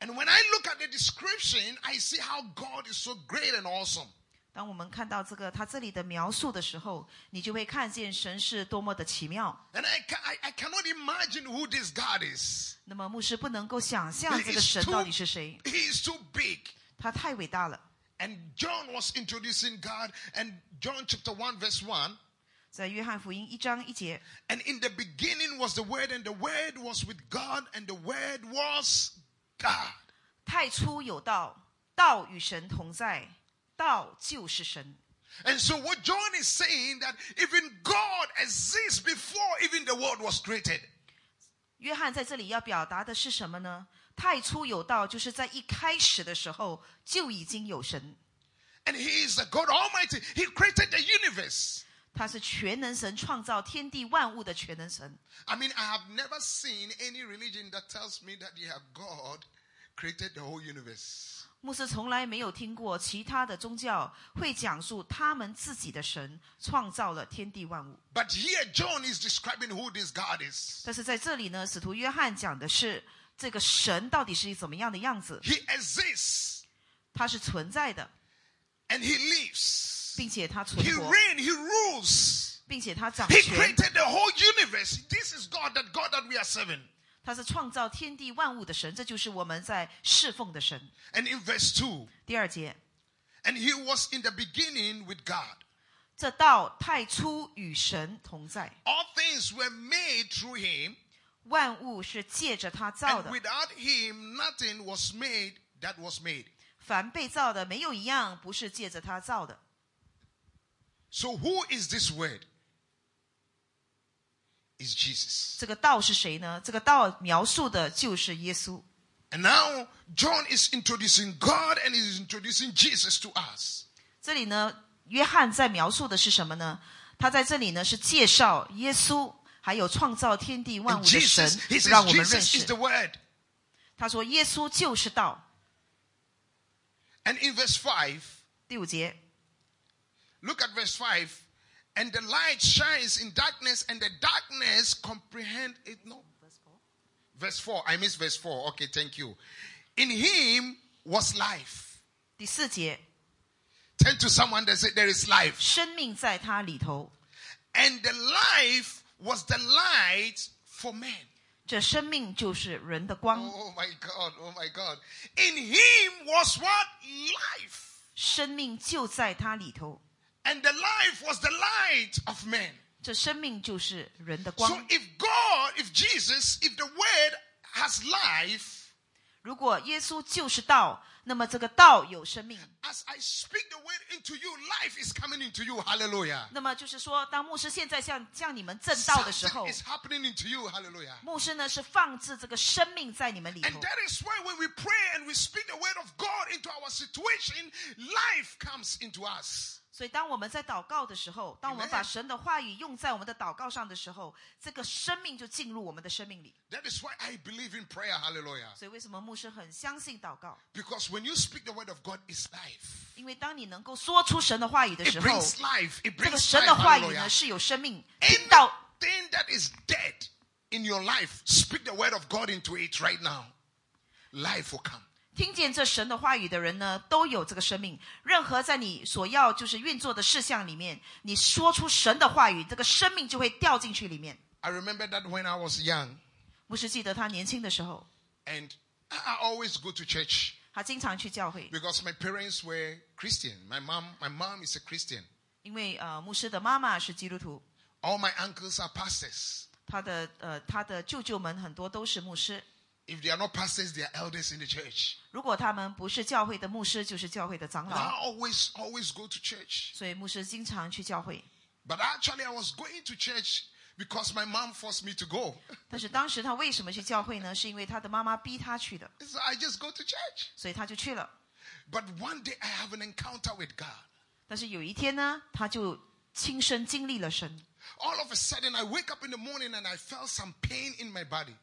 S4: And when I look at the description, I see how God is so great and awesome.
S2: 当我们看到这个他这里的描述的时候，你就会看见神是多么的奇妙。
S4: And I, ca- I, I cannot imagine who this God is.
S2: 那么牧师不能够想象
S4: He
S2: 这个
S4: is
S2: 神
S4: too-
S2: 到底是谁，
S4: he is too big.
S2: 他太伟大了。
S4: And John was introducing God, and John chapter 1, verse 1.
S2: 在约翰福音一章一节，
S4: And in the beginning was the Word, and the Word was with God, and the Word was God.
S2: 太初有道，道与神同在，道就是神。
S4: And so, what John is saying that even God exists before even the world was created.
S2: 约翰在这里要表达的是什么呢？太初有道，就是在一开始的时候就已经有神，
S4: And He is the God Almighty. He created the universe.
S2: 他是全能神，创造天地万物的全能神。
S4: I mean, I have never seen any religion that tells me that yeah, God created the whole universe.
S2: 牧师从来没有听过其他的宗教会讲述他们自己的神创造了天地万物，
S4: But here, John is describing who this God is.
S2: 但是在这里呢，使徒约翰讲的是这个神到底是怎么样的样子，
S4: He exists
S2: 他是存在的，
S4: and He lives.
S2: 并且他存
S4: He
S2: 活，
S4: reigns, He rules.
S2: 并且他掌
S4: He
S2: 权，
S4: created the whole universe. This is God, that God that we are serving.
S2: 他是创造天地万物的神，这就是我们在侍奉的神。
S4: And in verse 2,
S2: 第二节，
S4: and He was in the beginning with God.
S2: 这道太初与神同在，
S4: All things were made through Him,
S2: 万物是借着他造
S4: and
S2: 的，
S4: without Him, nothing was made that was made.
S2: 凡被造的没有一样不是借着他造的。
S4: So, who is this word? Is Jesus.
S2: 这个道是谁呢？这个道描述的就是耶稣。
S4: And now, John is introducing God and is introducing Jesus to us.
S2: 这里呢，约翰在描述的是什么呢？他在这里呢是介绍耶稣，还有创造天地万
S4: And
S2: 物的神
S4: Jesus, he，
S2: 让
S4: says,
S2: 我们认
S4: Jesus is
S2: 识
S4: the。word.
S2: 他说耶稣就是道。
S4: And in verse 5,
S2: 第五节，
S4: look at verse 5. And the light shines in darkness, and the darkness comprehend it not. Verse 4. I missed verse 4. Okay, thank you. In him was life.
S2: 第四节，
S4: Turn to someone that said, There is life.
S2: 生命在他里头，
S4: And the life was the light for men.
S2: 这生命就是人的光。
S4: Oh my God, oh my God. In him was what? Life.
S2: 生命就在他里头，
S4: And the life was the light of men.
S2: 这生命就是人的
S4: So
S2: 光。
S4: if God, if Jesus, if the word has life,
S2: 如果耶稣就是道，那么这个道有生命。
S4: as I speak the word into you, life is coming into you. Hallelujah.
S2: 那么就是说，当牧师现在向向你们正道的时候
S4: Something，is happening into you. Hallelujah.
S2: 牧师呢是放置这个生命在你们里
S4: And
S2: 头。
S4: that is why when we pray and we speak the word of God into our situation, life comes into us.
S2: 所以，当我们在祷告的时候，当我们
S4: Amen
S2: 把神的话语用在我们的祷告上的时候，这个生命就进入我们的生命里。
S4: That is why I believe in prayer. Hallelujah.
S2: 所以，为什么牧师很相信祷告？
S4: Because when you speak the word of God, it's life.
S2: 因为当你能够说出神的话语的
S4: It
S2: 时候，
S4: brings life. It
S2: 这个
S4: brings
S2: 神
S4: life.
S2: 的话语
S4: Hallelujah.
S2: 呢是有生命。听到
S4: Anything that is dead in your life, speak the word of God into it right now. Life will come.
S2: 听见这神的话语的人呢，都有这个生命。任何在你所要就是运作的事项里面，你说出神的话语，这个生命就会掉进去里面。
S4: I remember that when I was young,
S2: 牧师记得他年轻的时候，
S4: and I I always go to church
S2: 他经常去教会，
S4: because my parents were Christian. My mom, my mom is a Christian.
S2: 因为呃，牧师的妈妈是基督徒，
S4: All my uncles are pastors.
S2: 他的呃他的舅舅们很多都是牧师。
S4: If they are not pastors, they are elders in the church.
S2: 如果他们不是教会的牧师，就是教会的长
S4: And I
S2: 老，
S4: always, always go to church.
S2: 所以牧师经常去教会。
S4: But actually, I was going to church because my mom forced me to go.
S2: 但是当时他为什么去教会呢？是因为他的妈妈逼他去的，
S4: So I just go to church.
S2: 所以他就去了。
S4: But one day I have an encounter with God.
S2: 但是有一天呢，他就亲身经历了神
S4: All of a sudden, I wake up in the morning and I felt some pain in my body.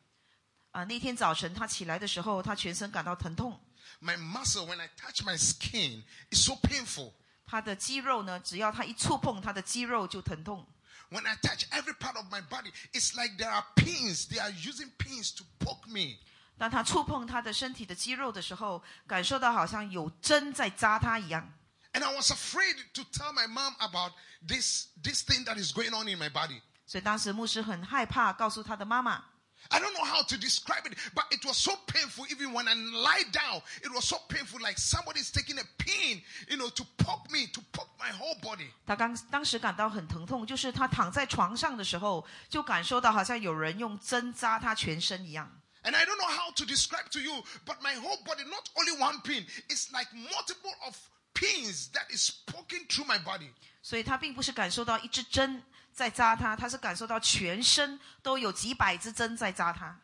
S2: 啊、那天早晨他起来的时候，他全身感到疼痛，
S4: My muscle, when I touch my skin, is so painful.
S2: 他的肌肉呢，只要他一触碰他的肌肉就疼痛。
S4: When I touch every part of my body, it's like there are pins. They are using pins to poke me.
S2: 当他触碰他的身体的肌肉的时候，感受到好像有针在扎他一样。
S4: And I was afraid to tell my mom about this, this thing that is going on in my body.
S2: 所以当时牧师很害怕，告诉他的妈妈。
S4: I don't know how to describe it, but it was so painful. Even when I lie down, it was so painful, like somebody's taking a pin, you know, to poke me, to poke my whole body.
S2: 他刚当时感到很疼痛，就是他躺在床上的时候，就感受到好像有人用针扎他全身一样。
S4: And I don't know how to describe to you, but my whole body, not only one pin, it's like multiple of pins that is poking through my body.
S2: 所以他并不是感受到一支针在扎他，他是感受到全身都有几百支针在扎他。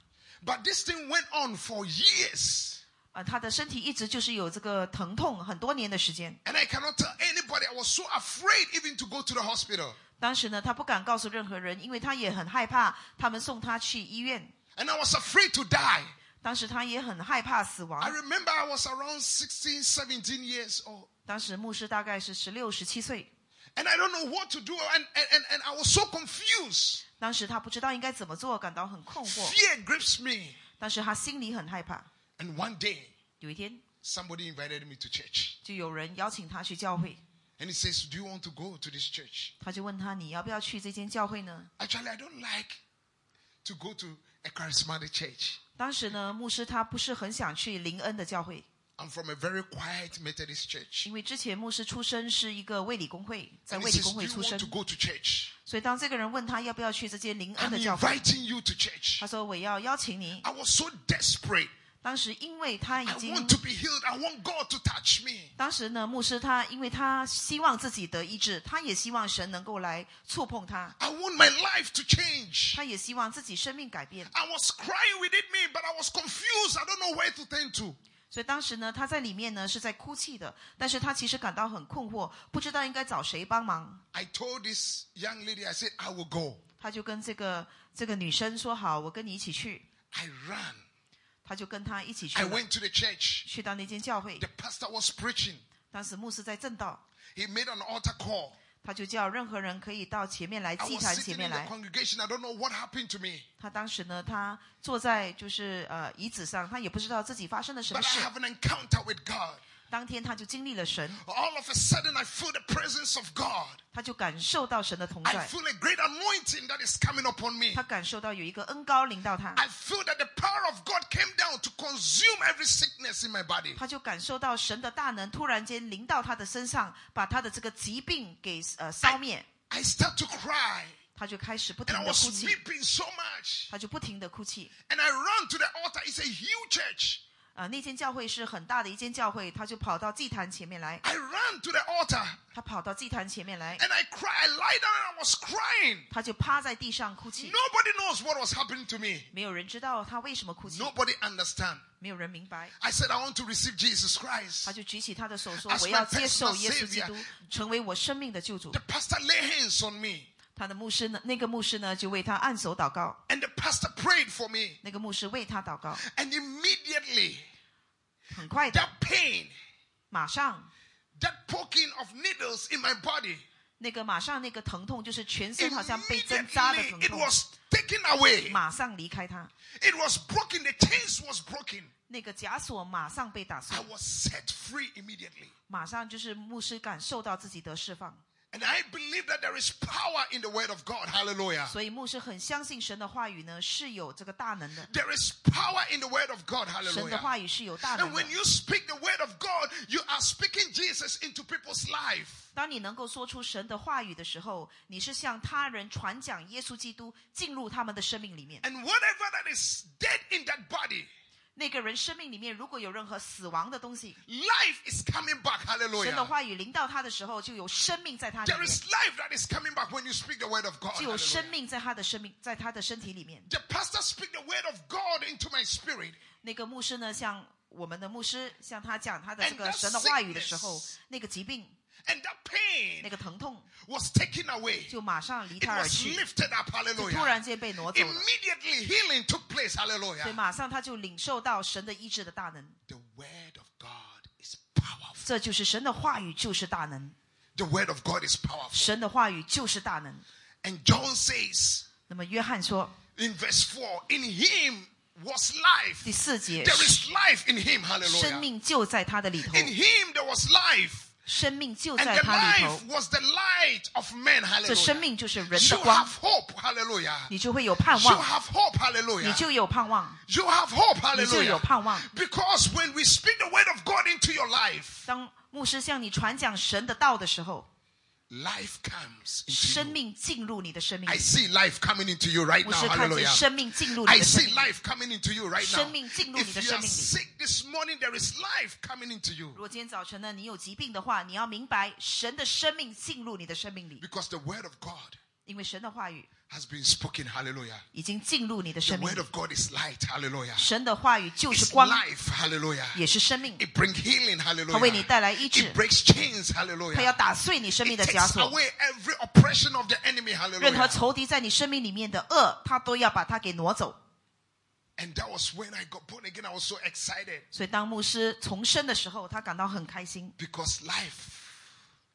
S4: But this thing went on for years.
S2: 啊、他的身体一直就是有这个疼痛，很多年的时间。
S4: And I cannot tell anybody. I was so afraid even to go to the hospital.
S2: 当时呢，他不敢告诉任何人，因为他也很害怕他们送他去医院。
S4: And I was afraid to die.
S2: 当时他也很害怕死
S4: I
S2: 亡。
S4: remember I was around 16, 17 years old.
S2: 当时牧师大概是十六、十七岁，
S4: And I don't know what to do. And, and, and, and I was so confused.
S2: 当时他不知道应该怎么做，感到很困惑。
S4: Fear grips me.
S2: 但是他心里很害怕。
S4: And one day,
S2: 有一天，
S4: somebody invited me to church.
S2: 就有人邀请他去教会，
S4: And he says, Do you want to go to this church?
S2: 他就问他：“你要不要去这间教会呢
S4: Actually, I don't like to go to a charismatic church.？”
S2: 当时呢，牧师他不是很想去林恩的教会，
S4: I'm from a very quiet Methodist church.
S2: 因为之前牧师出身是一个卫理公会，在
S4: And
S2: 卫
S4: he
S2: 理
S4: says,
S2: 公
S4: Do
S2: 会
S4: you
S2: 出身
S4: want to，go to church?
S2: 所以当这个人问他要不要去这间林恩
S4: I'm
S2: 的教会，
S4: inviting you to church.
S2: 他说：“我要邀请你。
S4: I was so desperate. ”
S2: 当时因为他已
S4: I
S2: 经，
S4: want to be healed. I want God to touch me.
S2: 当时呢，牧师他因为他希望自己得医治，他也希望神能够来触碰他，
S4: I want my life to change.
S2: 他也希望自己生命改变。
S4: I was crying within me, but I was confused. I don't know where to turn to.
S2: 所以当时呢，他在里面呢是在哭泣的，但是他其实感到很困惑，不知道应该找谁帮忙。
S4: I told this young lady, I said, I will go.
S2: 他就跟这个这个女生说：“好，我跟你一起去。
S4: I ran. ”
S2: 他就跟他一起去
S4: I
S2: 了，
S4: went to the church.
S2: 去到那间教会
S4: The。pastor was preaching.
S2: 当时牧师在正道，
S4: He made an altar call.
S2: 他就叫任何人可以到前面来
S4: I
S2: 祭
S4: was
S2: 坛前
S4: sitting
S2: 面
S4: in the
S2: 来。
S4: congregation. I don't know what happened to me,
S2: 他当时呢，他坐在就是呃椅子上，他也不知道自己发生了什么
S4: but I
S2: 事。
S4: have an encounter with God.
S2: 当天他就经历了神，
S4: All of a sudden, I feel the presence of God.
S2: 他就感受到神的同
S4: I
S2: 在，
S4: feel a great anointing that is coming upon me.
S2: 他感受到有一个恩高临到他，
S4: I feel that the power of God came down to consume every sickness in my body.
S2: 他就感受到神的大能突然间临到他的身上，把他的这个疾病给呃消灭，
S4: I start to cry,
S2: 他就开始不停
S4: and I
S2: 的
S4: was
S2: 哭泣，
S4: weeping so much.
S2: 他就不停的哭泣。
S4: And I ran to the altar. It's a huge church.
S2: 啊、那间教会是很大的一间教会，他就跑到祭坛前面来，
S4: I ran to the altar
S2: 他跑到祭坛前面来，
S4: and I cried. I lied down and I was crying.
S2: 他就趴在地上哭泣。
S4: Nobody knows what was happening to me.
S2: 没有人知道他为什么哭泣，
S4: Nobody understand.
S2: 没有人明白。
S4: I said I want to receive Jesus
S2: 他
S4: Christ.
S2: 就举起他的手说
S4: As：“ my
S2: 我要接受
S4: personal
S2: 耶稣基
S4: savior
S2: 督，成为我生命的救主。
S4: The pastor lay hands on me, ”
S2: 他的牧师呢，那个牧师呢，就为他按手祷告。
S4: and the pastor prayed for me.
S2: 那个牧师为他祷告，
S4: And immediately,
S2: 很快的，
S4: that pain,
S2: 马上
S4: that poking of needles in my body,
S2: 那个马上那个疼痛就是全身好像被针扎的疼
S4: Immediately, it
S2: 痛，
S4: was taken away.
S2: 马上离开他，
S4: It was broken. The chains was broken.
S2: 那个枷锁马上被打碎
S4: I，was set free immediately.
S2: 马上就是牧师感受到自己的释放，
S4: And I believe that there is power in the word of God. Hallelujah.
S2: 所以牧师很相信神的话语呢是有这个大能的，
S4: There is power in the word of God.
S2: 神的
S4: Hallelujah.
S2: 话语是有大能
S4: And
S2: 的
S4: when。you speak the word of God, you are speaking Jesus into people's life.
S2: 当你能够说出神的话语的时候，你是向他人传讲耶稣基督进入他们的生命里面。
S4: And whatever that is dead in that body,
S2: 那个人生命里面如果有任何死亡的东西，
S4: life is coming back.
S2: 神的
S4: Hallelujah.
S2: 话语临到他的时候，就有生命在他里
S4: There
S2: 面，
S4: is life that is coming back when you speak the word of God.
S2: 就有
S4: Hallelujah.
S2: 生命在他的生命，在他的身体里面。
S4: The pastor speak the word of God into my spirit.
S2: 那个牧师呢，像我们的牧师向他讲他的这
S4: And
S2: 个
S4: that
S2: 神的话语的时候
S4: sickness，
S2: 那个疾病、
S4: And that
S2: 那
S4: pain
S2: 个疼痛
S4: was taken away.
S2: 就马上离
S4: It
S2: 他而
S4: was
S2: 去，
S4: lifted up.
S2: 就突然
S4: Hallelujah.
S2: 间被挪走了。
S4: Immediately healing took place.
S2: 所以
S4: Hallelujah.
S2: 马上他就领受到神的医治的大能，
S4: The word of God is powerful.
S2: 这就是神的话语就是大能。
S4: The word of God is powerful.
S2: 神的话语就是大能。
S4: And John says
S2: 那么约翰说
S4: in verse 4 In him was life.
S2: 第四节，
S4: There is life in him.
S2: 生
S4: Hallelujah.
S2: 命就在他的里头，
S4: In him there was life.
S2: 生命就
S4: And
S2: 在
S4: the
S2: 他里头
S4: life，was the light of men.
S2: 这生
S4: Hallelujah.
S2: 命就是人
S4: You
S2: 的光
S4: have，hope. Hallelujah.
S2: 你就会有盼
S4: You
S2: 望，
S4: have hope.
S2: 你
S4: Hallelujah.
S2: 就有盼望。
S4: You have hope.
S2: 你就有
S4: Hallelujah.
S2: 盼望。
S4: Because when we speak the word of God into your life,
S2: 当牧师向你传讲神的道的时候，
S4: life comes
S2: 生
S4: into you.
S2: 命进入你的生命
S4: I。see life coming into you right
S2: 牧
S4: now.
S2: 师看见
S4: Hallelujah.
S2: 生命进入你
S4: I
S2: 的生
S4: see
S2: 命。
S4: life coming into you right now.
S2: 生命进入你的
S4: If you are
S2: 生命里。
S4: sick this morning, there is life coming into you.
S2: 如果今天早晨呢，你有疾病的话，你要明白神的生命进入你的生命里，
S4: Because the word of God
S2: 因为神的话语
S4: has been spoken. Hallelujah.
S2: 已经进入你的
S4: The
S2: 生命
S4: word
S2: 里。
S4: of God is light. Hallelujah.
S2: 神的话语就是
S4: It's
S2: 光，
S4: life. Hallelujah.
S2: 也是生命。
S4: It brings healing. Hallelujah.
S2: 它为你带来医治。
S4: It breaks chains.
S2: 他要
S4: Hallelujah.
S2: 打碎你生命的
S4: It
S2: 枷
S4: takes
S2: 锁，
S4: away every oppression of the enemy.
S2: 任何
S4: Hallelujah.
S2: 仇敌在你生命里面的恶，他都要把它给挪走。
S4: And that was when I got born again. I was so excited
S2: 所以，当牧师重生的时候，他感到很开心，
S4: because life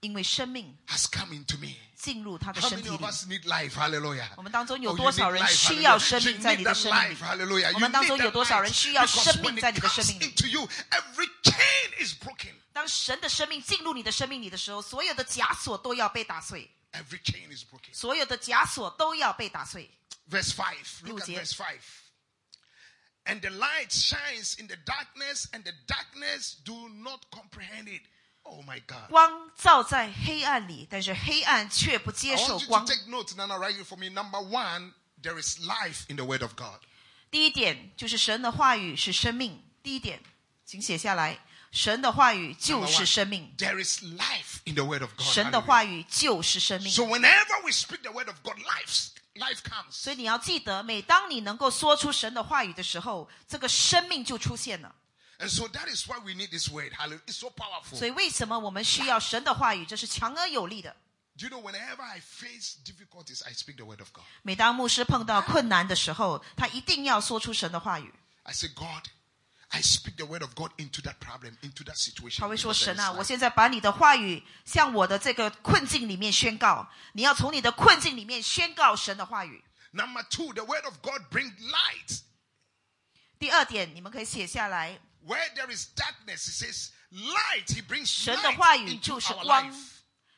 S2: 因为生命
S4: has come into me.
S2: 进入他的
S4: How
S2: 身
S4: many
S2: 体
S4: of
S2: 里。
S4: us need life? Hallelujah.
S2: 我们当中有
S4: Oh, you
S2: 多少人
S4: need life,
S2: 需要
S4: hallelujah.
S2: 生命
S4: You
S2: 在
S4: need
S2: 你的
S4: that
S2: 生命里。
S4: life, hallelujah. You
S2: 我们当中
S4: need that
S2: 有多少人需要
S4: life. Because when
S2: 生命在你的
S4: it comes
S2: 生命里。
S4: into you, every chain is broken.
S2: 当神的生命进入你的生命里的时候，所有的枷锁都要被打碎，
S4: Every chain is broken.
S2: 所有的枷锁都要被打碎。
S4: Verse 5. Look at
S2: 六节。
S4: verse 5. And the light shines in the darkness, and the darkness do not comprehend it. Oh my God.
S2: 光照在黑暗里，但是黑暗却不
S4: I
S2: 接受
S4: want you to
S2: 光。
S4: take notes, Nana, write it for me. Number one, there is life in the Word of God.
S2: 第一点就是神的话语是生命。第一点，请写下来，神的话语就
S4: Number
S2: 是
S4: one,
S2: 生命。
S4: There is life in the Word of God.
S2: 神的
S4: Hallelujah.
S2: 话语就是生命。
S4: So whenever we speak the Word of God, life, life comes.
S2: 所以你要记得，每当你能够说出神的话语的时候，这个生命就出现了。
S4: And so that is why we need this Word. Hallelujah. It's so powerful.
S2: 所以为什么我们需要神的话语？这是强而有力的。
S4: Do you know, whenever I face difficulties, I speak the Word of God.
S2: 每当牧师碰到困难的时候，他一定要说出神的话语。
S4: I say, God, I speak the word of God into that problem, into that situation.
S2: 他会说：“
S4: because there
S2: 神啊，
S4: is
S2: 我
S4: life."
S2: 现在把你的话语向我的这个困境里面宣告，你要从你的困境里面宣告神的话语。”
S4: Number two, the word of God brings light.
S2: 第二点，你们可以写下来，
S4: Where there is darkness, he says, light. He brings
S2: 神
S4: light
S2: 的话语
S4: into
S2: 就是
S4: our
S2: 光
S4: life.。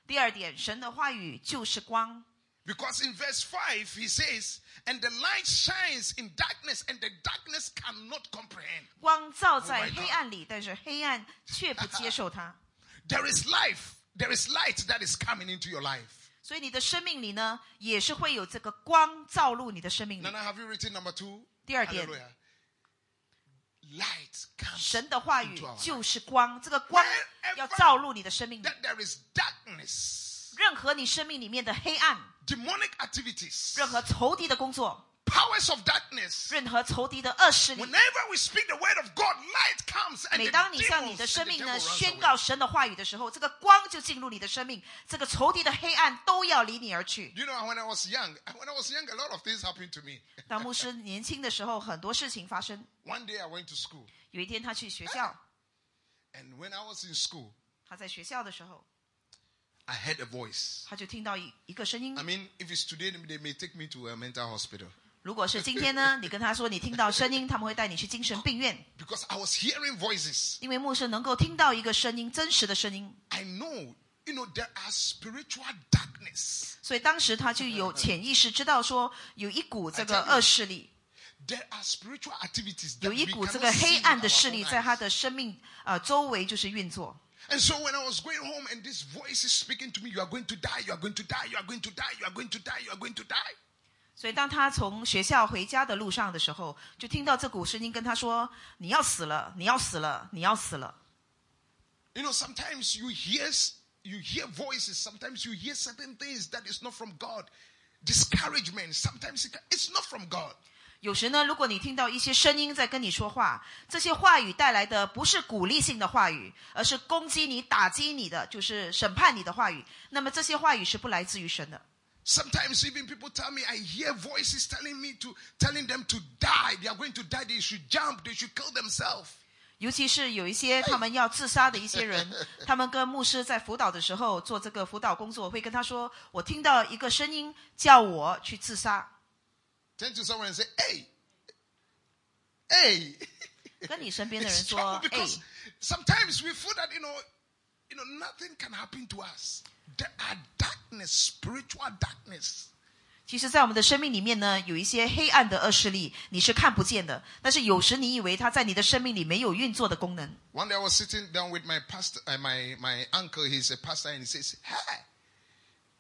S2: 第二点，神的话语就是光。
S4: Because in verse 5, he says, And the light shines in darkness, and the darkness cannot comprehend.
S2: 光照
S4: Oh
S2: 在
S4: my God
S2: 黑暗里，但是黑暗却不接受它。
S4: There is life. There is light that is coming into your life.
S2: 所以你的生命里呢，也是会有这个光照入你的生命里
S4: Nana,。have you written number two?
S2: 第二点。
S4: Hallelujah. Light comes.
S2: 神的话语
S4: into our life.
S2: 就是光，这个光
S4: Wherever-
S2: 要照入你的生命里
S4: That。there is darkness.
S2: 任何你生命里面的黑暗，
S4: demonic activities,
S2: 任何仇敌的工作，
S4: powers of darkness.
S2: 任何仇敌的恶势力，
S4: Whenever we speak the word of God, light comes and
S2: 每
S4: the
S2: 当你
S4: demons
S2: 向你
S4: and
S2: 的
S4: the
S2: 生
S4: devil
S2: 命呢
S4: runs
S2: 宣
S4: away.
S2: 告神的话语的时候，这个光就进入你的生命，这个仇敌的黑暗都要离你而去。
S4: You know, when I was young, when I was young, a lot of things happened to me.
S2: 当牧师年轻的时候，很多事情发生。
S4: One day I went to school,
S2: 有一天他去学校，
S4: and when I was in school,
S2: 他在学校的时候，
S4: I heard a voice.
S2: 他就听到一一个声音
S4: I。mean, if it's today, they may take me to a mental hospital
S2: 如果是今天 呢，你跟他说你听到声音，他们会带你去精神病院，
S4: because I was hearing voices.
S2: 因为牧师能够听到一个声音，真实的声音。
S4: I know, you know, there are spiritual darkness.
S2: 所以当时他就有潜意识知道说有一股这个恶势力，
S4: There are spiritual activities. That
S2: 有
S4: we
S2: 一股
S4: cannot
S2: 这个
S4: see
S2: 黑
S4: with
S2: 暗的
S4: our
S2: 势
S4: own
S2: 力
S4: eyes.
S2: 在他的生命呃周围就是运作。
S4: And so when I was going home and this voice is speaking to me, you are going to die, you are going to die, you are going to die, you are going to die, you are going to die.
S2: 所以当他从学校回家的路上的时候，就听到这股声音跟他说：“你要死了，你要死了，你要死了。
S4: You know, sometimes you hear you hear voices, sometimes you hear certain things that is not from God. Discouragement, sometimes it, it's not from God. ”
S2: 有时呢，如果你听到一些声音在跟你说话，这些话语带来的不是鼓励性的话语，而是攻击你、打击你的，就是审判你的话语。那么这些话语是不来自于神的。
S4: Sometimes even people tell me I hear voices telling me to telling them to die. They are going to die. They should jump. They should kill themselves.
S2: 尤其是有一些他们要自杀的一些人，他们跟牧师在辅导的时候做这个辅导工作，会跟他说：“我听到一个声音叫我去自杀。
S4: Turn to someone and say, "Hey, hey." ”
S2: 跟你身边的人
S4: It's
S2: 说
S4: trouble：“
S2: 哎，
S4: because sometimes we feel that you know, you know, nothing can happen to us. There are darkness, spiritual darkness.
S2: 其实，在我们的生命里面呢，有一些黑暗的恶势力，你是看不见的。但是有时你以为它在你的生命里没有运作的功能。
S4: One day I was sitting down with my pastor, uh, my my uncle. He's a pastor, and he says, "Hey,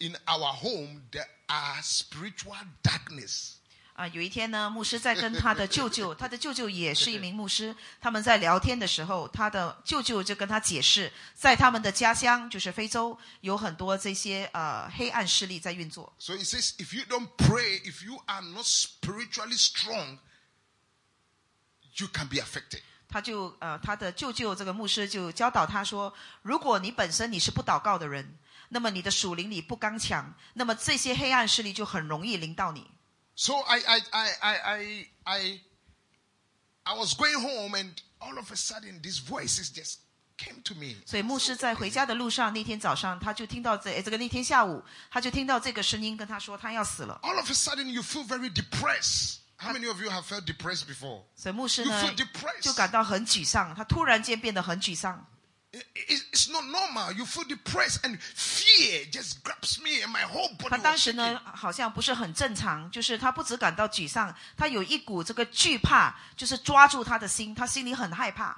S4: in our home there are spiritual darkness."
S2: 啊，有一天呢，牧师在跟他的舅舅，他的舅舅也是一名牧师，他们在聊天的时候，他的舅舅就跟他解释，在他们的家乡，就是非洲，有很多这些呃黑暗势力在运作。
S4: So he says, if you don't pray, if you are not spiritually strong, you can be affected.
S2: 他就呃，他的舅舅这个牧师就教导他说，如果你本身你是不祷告的人，那么你的属灵里不刚强，那么这些黑暗势力就很容易临到你。
S4: So I I I I I I, I was going home and all of a sudden these voices just came to me.
S2: 所以牧师在回家的路上，那天早上他就听到这哎诶这个那天下午，他就听到这个声音跟他说他要死了。
S4: All of a sudden you feel very depressed. How many of you have felt depressed before?
S2: 所以牧师
S4: You
S2: 呢
S4: feel depressed.
S2: 就感到很沮丧，他突然间变得很沮丧。
S4: It- it- it's not normal. You feel depressed and fear just grabs me and my whole
S2: 他
S4: body.
S2: 当
S4: Was
S2: 时
S4: shaking.
S2: 呢好像不是很正常，就是他不止感到沮丧，他有一股这个惧怕，就是抓住他的心，他心里很害怕。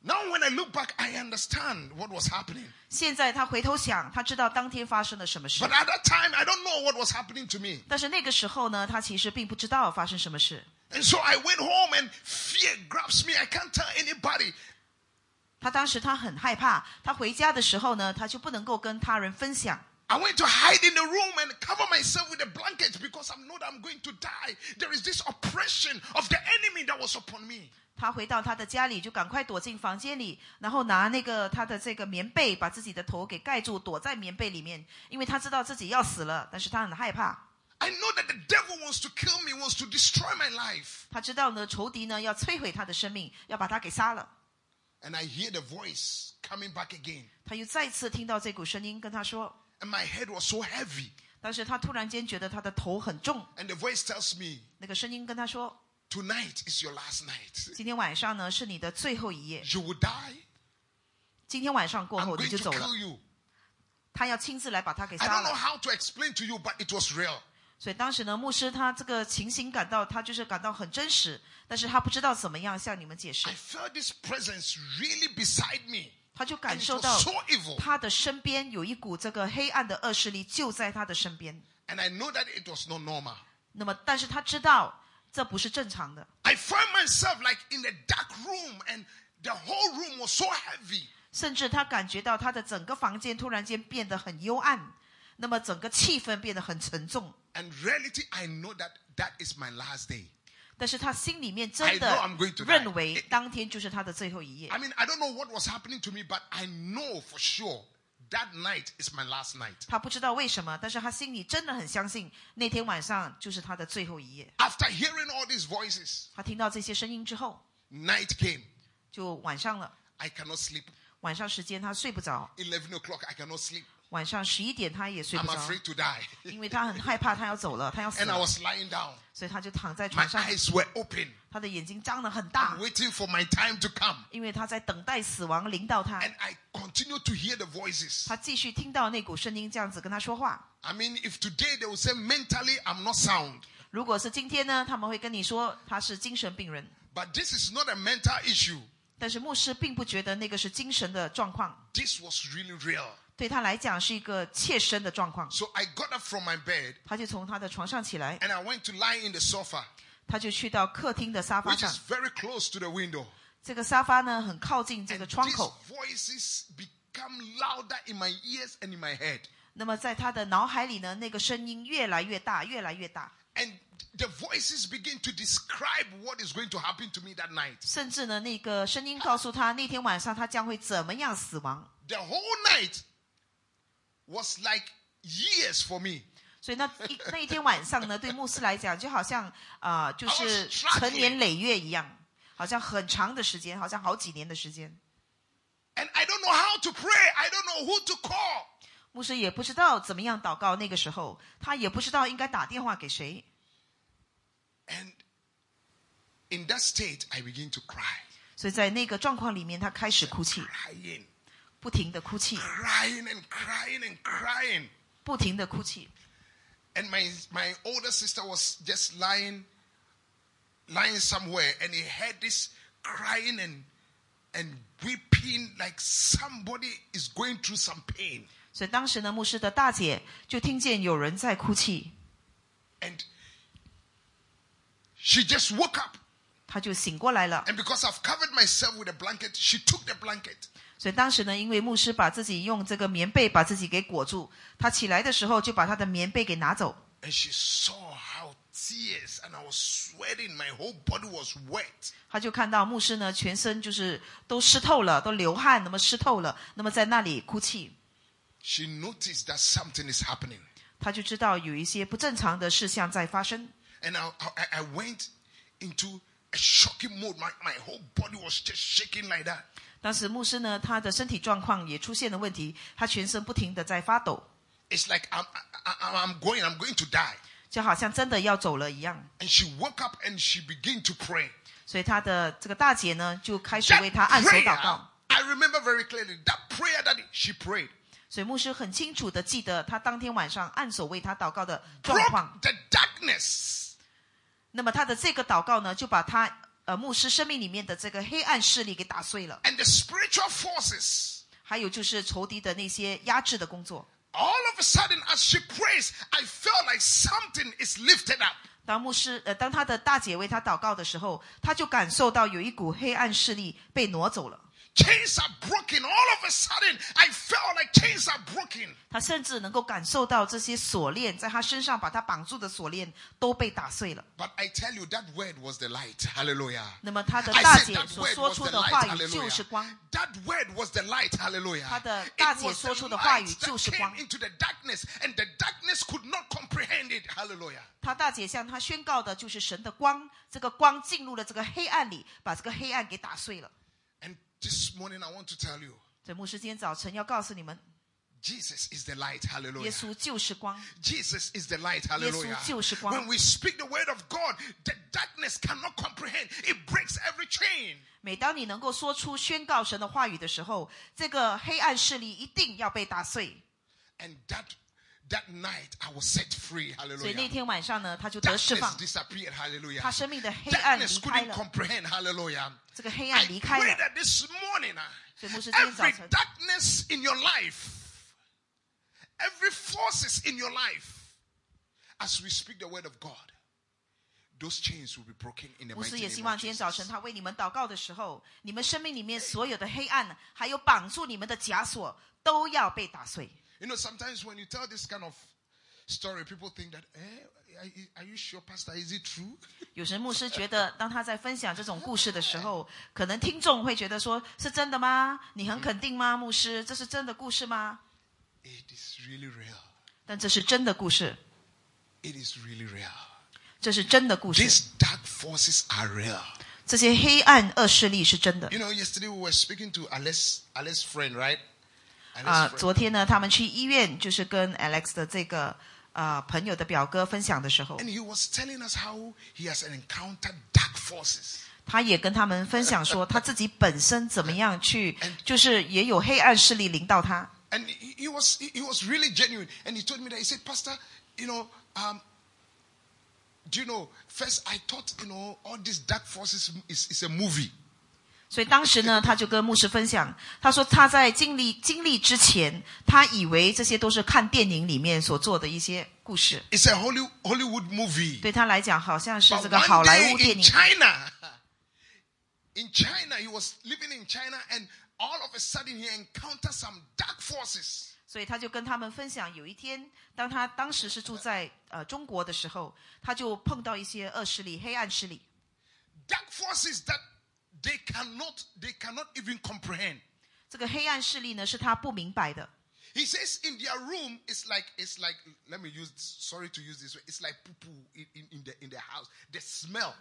S4: Now when I look back, I understand what was happening.
S2: 现在他回头想，他知道当天发生了什么事
S4: But，at that time, I don't know what was happening to me.
S2: 但是那个时候呢，他其实并不知道发生什么事。
S4: And so I went home and fear grabs me. I can't tell anybody.
S2: 他当时他很害怕，他回家的时候呢，他就不能够跟他人分享。
S4: I went to hide in the room and cover myself with a blanket because I know that I'm going to die. There is this oppression of the enemy that was upon me.
S2: 他回到他的家里，就赶快躲进房间里，然后拿那个他的这个棉被把自己的头给盖住，躲在棉被里面，因为他知道自己要死了，但是他很害怕。
S4: I know that the devil wants to kill me, wants to destroy my life.
S2: 他知道呢，仇敌呢要摧毁他的生命，要把他给杀了。
S4: And I hear the voice coming back again.
S2: 他又再次听到这股声音跟他说，
S4: And my head was so heavy.
S2: 但是他突然间觉得他的头很重，
S4: And the voice tells me,
S2: 那个声音跟他说，
S4: Tonight is your last night.
S2: 今天晚上呢是你的最后一夜，
S4: You will die.
S2: 今天晚上过
S4: I'm
S2: 后你
S4: going
S2: 就
S4: to
S2: 走了
S4: kill。you.
S2: 他要亲自来把他给
S4: I
S2: 杀
S4: don't know
S2: 了。
S4: how to explain to you, but it was real.
S2: 所以当时呢，牧师他这个情形感到他就是感到很真实，但是他不知道怎么样向你们解释
S4: I，felt this presence really beside me.
S2: 他就
S4: And
S2: 感
S4: it
S2: 受到
S4: was so evil.
S2: 他的身边有一股这个黑暗的恶势力就在他的身边。
S4: And I know that it was not normal.
S2: 那么，但是他知道这不是正常的，
S4: I found myself like in a dark room and the whole room was so heavy.
S2: 甚至他感觉到他的整个房间突然间变得很幽暗，那么整个气氛变得很沉重。
S4: And reality, I know that that is my last day.
S2: 但是他心里面真
S4: I know
S2: 的
S4: I'm going to die.
S2: 认为当天就是他的最后一夜。
S4: I mean, I don't know what was happening to me, but I know for sure that night is my last night.
S2: 他不知道为什么，但是他心里真的很相信那天晚上就是他的最后一夜。
S4: After hearing all these voices,
S2: 他听到这些声音之后，
S4: night came.
S2: 就晚上了。
S4: I cannot sleep.
S2: 晚上时间他睡不着，
S4: 11 o'clock, I cannot sleep.
S2: 晚上十一点他也睡
S4: I'm
S2: 不着，
S4: afraid to die.
S2: 因为他很害怕，他要走了，他要死
S4: And I
S2: 了，
S4: was lying down.
S2: 所以他就躺在
S4: My
S2: 床上，
S4: eyes were open,
S2: 他的眼睛张得很大，
S4: waiting for my time to come.
S2: 因为他在等待死亡临到他。
S4: And I continued to hear the voices.
S2: 他继续听到那股声音这样子跟他说话。
S4: I mean, if today they will say mentally I'm not sound,
S2: 如果是今天呢，他们会跟你说他是精神病人，
S4: but this is not a mental issue.
S2: 但是牧师并不觉得那个是精神的状况，
S4: This was really real.
S2: 对他来讲是一个切身的状况。
S4: So I got up from my bed
S2: 他就从他的床上起来，
S4: and I went to lie in the sofa,
S2: 他就去到客厅的沙发
S4: which
S2: 上
S4: is。very close to the window.
S2: 这个沙发呢，很靠近这
S4: And
S2: 个窗
S4: these
S2: 口。
S4: voices become louder in my ears and in my head.
S2: 那么在他的脑海里呢，那个声音越来越大，越来越大，
S4: And the voices begin to describe what is going to happen to me that night.
S2: 甚至呢，那个声音告诉他，那天晚上他将会怎么样死亡。
S4: The whole night was like years for me.
S2: 所以那 一那一天晚上呢，对牧师来讲，就好像啊、呃就
S4: I was
S2: 是
S4: struggling.
S2: 成年累月一样，好像很长的时间，好像好几年的时间。
S4: And I don't know how to pray. I don't know who to call.
S2: 牧师也不知道怎么样祷告，那个时候他也不知道应该打电话给谁。
S4: And in that state, I begin to cry.
S2: 所以在那个状况里面，他开始哭泣，
S4: Crying,
S2: 不停的哭泣，
S4: crying, and crying, and crying.
S2: 不停的哭泣。
S4: And my, my older sister was just lying, lying somewhere, and he heard this crying and, and weeping like somebody is going through some pain.
S2: 所以当时呢，牧师的大姐就听见有人在哭泣，
S4: And she just woke up.
S2: 她就醒过来了。
S4: And because I've covered myself with a blanket, she took the blanket.
S2: 所以当时呢，因为牧师把自己用这个棉被把自己给裹住，她起来的时候就把她的棉被给拿走。
S4: And she saw how tears and I was sweating, my whole body was wet.
S2: 他就看到牧师呢，全身就是都湿透了，都流汗，那么湿透了，那么在那里哭泣，
S4: She noticed that something is happening.
S2: 他就知道有一些不正常的事项在发生，
S4: And I, I, I went into a shocking mode. My, my whole body was just shaking like that.
S2: 当时牧师呢，他的身体状况也出现了问题，他全身不停的在发抖，
S4: It's like I'm, I, I, I'm going, I'm going to die.
S2: 就好像真的要走了一样。
S4: And she woke up and she began to pray.
S2: 所以他的这个大姐呢，就开始
S4: That
S2: 为他按手祷
S4: prayer,
S2: 告。
S4: I remember very clearly that prayer that she prayed
S2: 所以牧师很清楚的记得他当天晚上按手为他祷告的状况。
S4: broke the darkness.
S2: 那么他的这个祷告呢，就把他呃牧师生命里面的这个黑暗势力给打碎了。
S4: And the spiritual forces
S2: 还有就是仇敌的那些压制的工作。
S4: All of a sudden, as she prays, I felt like something is lifted up.
S2: 当牧师呃，当他的大姐为他祷告的时候，他就感受到有一股黑暗势力被挪走了。
S4: Chains are broken. All of a sudden, I felt like chains are broken.
S2: 他甚至能够感受到这些锁链在他身上把他绑住的锁链都被打碎了。
S4: But I tell you, that word was the light. Hallelujah.
S2: 那么他的
S4: I
S2: 大
S4: said
S2: 姐
S4: that
S2: 所
S4: word
S2: 说
S4: was
S2: 出
S4: the
S2: 的话
S4: light.
S2: 语就是光
S4: Hallelujah.。
S2: That
S4: That word was the light. Hallelujah.
S2: 他的大姐
S4: It was the
S2: 说出的话语
S4: light that
S2: 就是光。
S4: came into the darkness, and the darkness could not comprehend it. Hallelujah.
S2: 他大姐向他宣告的就是神的光，这个光进入了这个黑暗里，把这个黑暗给打碎了。
S4: And this morning, I want to tell you,
S2: 这牧师今天早晨要告诉你们，
S4: Jesus is the light. Hallelujah.
S2: 耶稣就是光。
S4: Jesus is the light. Hallelujah.
S2: 耶稣就是光。
S4: When we speak the word of God, the darkness cannot comprehend. It breaks every chain.
S2: 每当你能够说出宣告神的话语的时候，这个黑暗势力一定要被打碎。
S4: And that that night I was set free.
S2: 所以那
S4: Hallelujah.
S2: 天晚上呢，他就得释
S4: Darkness
S2: 放，
S4: disappeared. Hallelujah.
S2: 他生命的黑暗离
S4: Darkness
S2: 开
S4: couldn't
S2: 了，
S4: comprehend. Hallelujah.
S2: 这个黑
S4: I
S2: 暗离开了。
S4: pray that this morning, ah,
S2: 所以牧师今天早晨-
S4: every darkness in your life, every forces in your life, as we speak the word of God, those chains will be broken in the
S2: 牧
S4: mighty
S2: 师也
S4: name
S2: 希
S4: of
S2: 望今天
S4: Jesus.
S2: 早晨他为你们祷告的时候，你们生命里面所有的黑暗，还有绑住你们的枷锁，都要被打碎。
S4: You know, sometimes when you tell this kind of story, people think that, eh, are you, are you sure, Pastor? Is it true?
S2: 有时牧师觉得，当他在分享这种故事的时候，可能听众会觉得说：“是真的吗？你很肯定吗，牧师？这是真的故事吗
S4: It is really real.
S2: 但这是真的故事，
S4: It is really real.
S2: 这是真的故事。
S4: These dark forces are real.
S2: 这些黑暗恶势力是真的。
S4: You know, yesterday we were speaking to Alice, Alice's friend, right?
S2: 啊、
S4: friend.
S2: 昨天呢，他们去医院，就是跟 Alex 的这个啊、朋友的表哥分享的时候
S4: And，he was telling us how he has encountered dark forces.
S2: 他也跟他们分享说，他自己本身怎么样去，就是也有黑暗势力领导他。
S4: And he he was he he was really genuine. And he told me that he said, Pastor, you know, um, do you know? First, I thought you know all these dark forces is, is a movie.
S2: 所以当时呢，他就跟牧师分享，他说他在经历经历之前，他以为这些都是看电影里面所做的一些故事，
S4: It's a Holly, Hollywood movie.
S2: 对他来讲好像是
S4: But
S2: 这个
S4: one
S2: 好莱
S4: day
S2: 坞电
S4: in
S2: 影。
S4: China, in China, he was living in China, and all of a sudden he encountered some dark forces.
S2: 所以他就跟他们分享，有一天，当他当时是住在呃中国的时候，他就碰到一些恶势力、黑暗势力，
S4: Dark forces that they cannot, they cannot even comprehend.
S2: 这个黑暗势力呢是他不明白的。
S4: He says in their room, it's like, it's like, let me use, sorry to use this way, it's like poo poo in, in, in, the, in the house. The smell.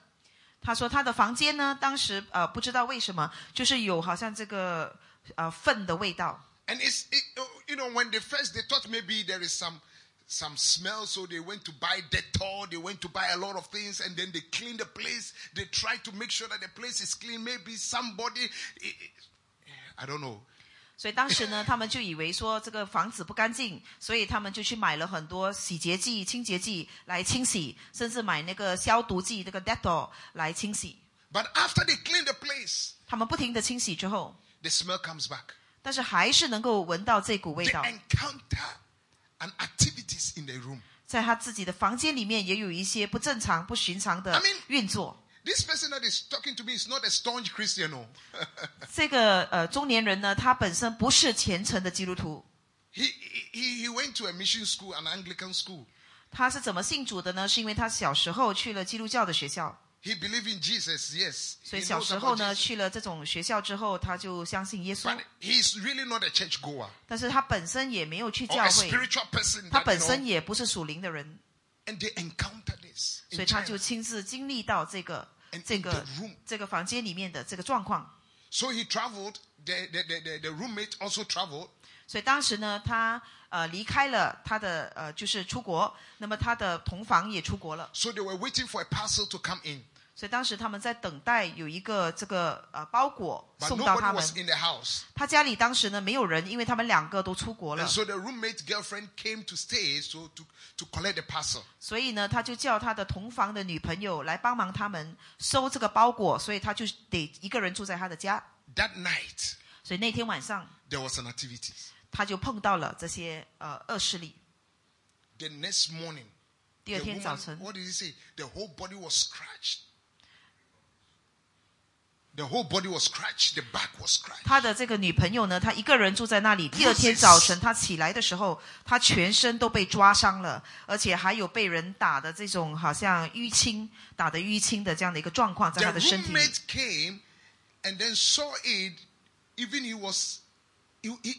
S2: 他说他的房间呢，当时呃不知道为什么，就是有好像这个呃粪的味道。
S4: And it's, it, oh, you know, when they first, they thought maybe there is some, some smell, so they went to buy Dettol, they went to buy a lot of things, and then they clean the place. They try to make sure that the place is clean. Maybe somebody, i- i- I don't know.
S2: 所以当时呢，他们就以为说这个房子不干净，所以他们就去买了很多洗洁剂、清洁剂来清洗，甚至买那个消毒剂，那个 Dettol 来清洗。
S4: But after they clean the place,
S2: 他们不停的清洗之后，
S4: the smell comes back.
S2: 但是还是能够闻到这股味
S4: They
S2: 道，
S4: encounter an activities in the room.
S2: 在他自己的房间里面也有一些不正常、不寻常的
S4: I mean-
S2: 运作。
S4: This person that is talking to me is not a staunch Christian, no.
S2: 这个呃中年人呢，他本身不是虔诚的基督徒，
S4: he, he he went to a mission school, an Anglican school.
S2: 他是怎么信主的呢？是因为他小时候去了基督教的学校，
S4: He believed in Jesus, yes.
S2: 所
S4: He
S2: 以小
S4: knows
S2: 时候
S4: about
S2: 呢
S4: Jesus.
S2: 去了这种学校之后，他就相信耶稣
S4: But。he's really not a church goer
S2: 但是他本身也没有去
S4: or
S2: 教
S4: a
S2: 会，
S4: spiritual person.
S2: 他
S4: that, you
S2: 本
S4: know,
S2: 身也不是属灵的人，
S4: and they encounter this.
S2: 所
S4: In
S2: 以他
S4: China.
S2: 就亲自经历到这个
S4: And in
S2: 这个
S4: the room.
S2: 这个房间里面的这个状况。
S4: So he traveled. The, the, the, the, the roommate also traveled.
S2: 所以当时呢，他呃离开了他的呃就是出国，那么他的同房也出国了，
S4: So they were waiting for a parcel to come in.
S2: 所以当时他们在等待有一个这个呃包裹
S4: But
S2: 送到
S4: nobody
S2: 他们
S4: was。in the house.
S2: 他家里当时呢没有人，因为他们两个都出国了
S4: And，so the roommate girlfriend came to stay so to, to collect the parcel.
S2: 所以呢他就叫他的同房的女朋友来帮忙他们收这个包裹，所以他就得一个人住在他的家。
S4: That night,
S2: 所以那天晚上
S4: there was an activity.
S2: 他就碰到了这些呃恶势力。
S4: The next morning,
S2: 第二
S4: the
S2: 天
S4: woman-
S2: 早晨，
S4: what did he say? The whole body was scratched. The whole body was scratched. The back was scratched.
S2: 他的这个女朋友呢，她一个人住在那里。第二天早晨，她起来的时候，她全身都被抓伤了，而且还有被人打的这种好像淤青，打的淤青的这样的一个状况在她的
S4: The
S2: 身体里。
S4: roommate came and then saw it. Even he was, he, he,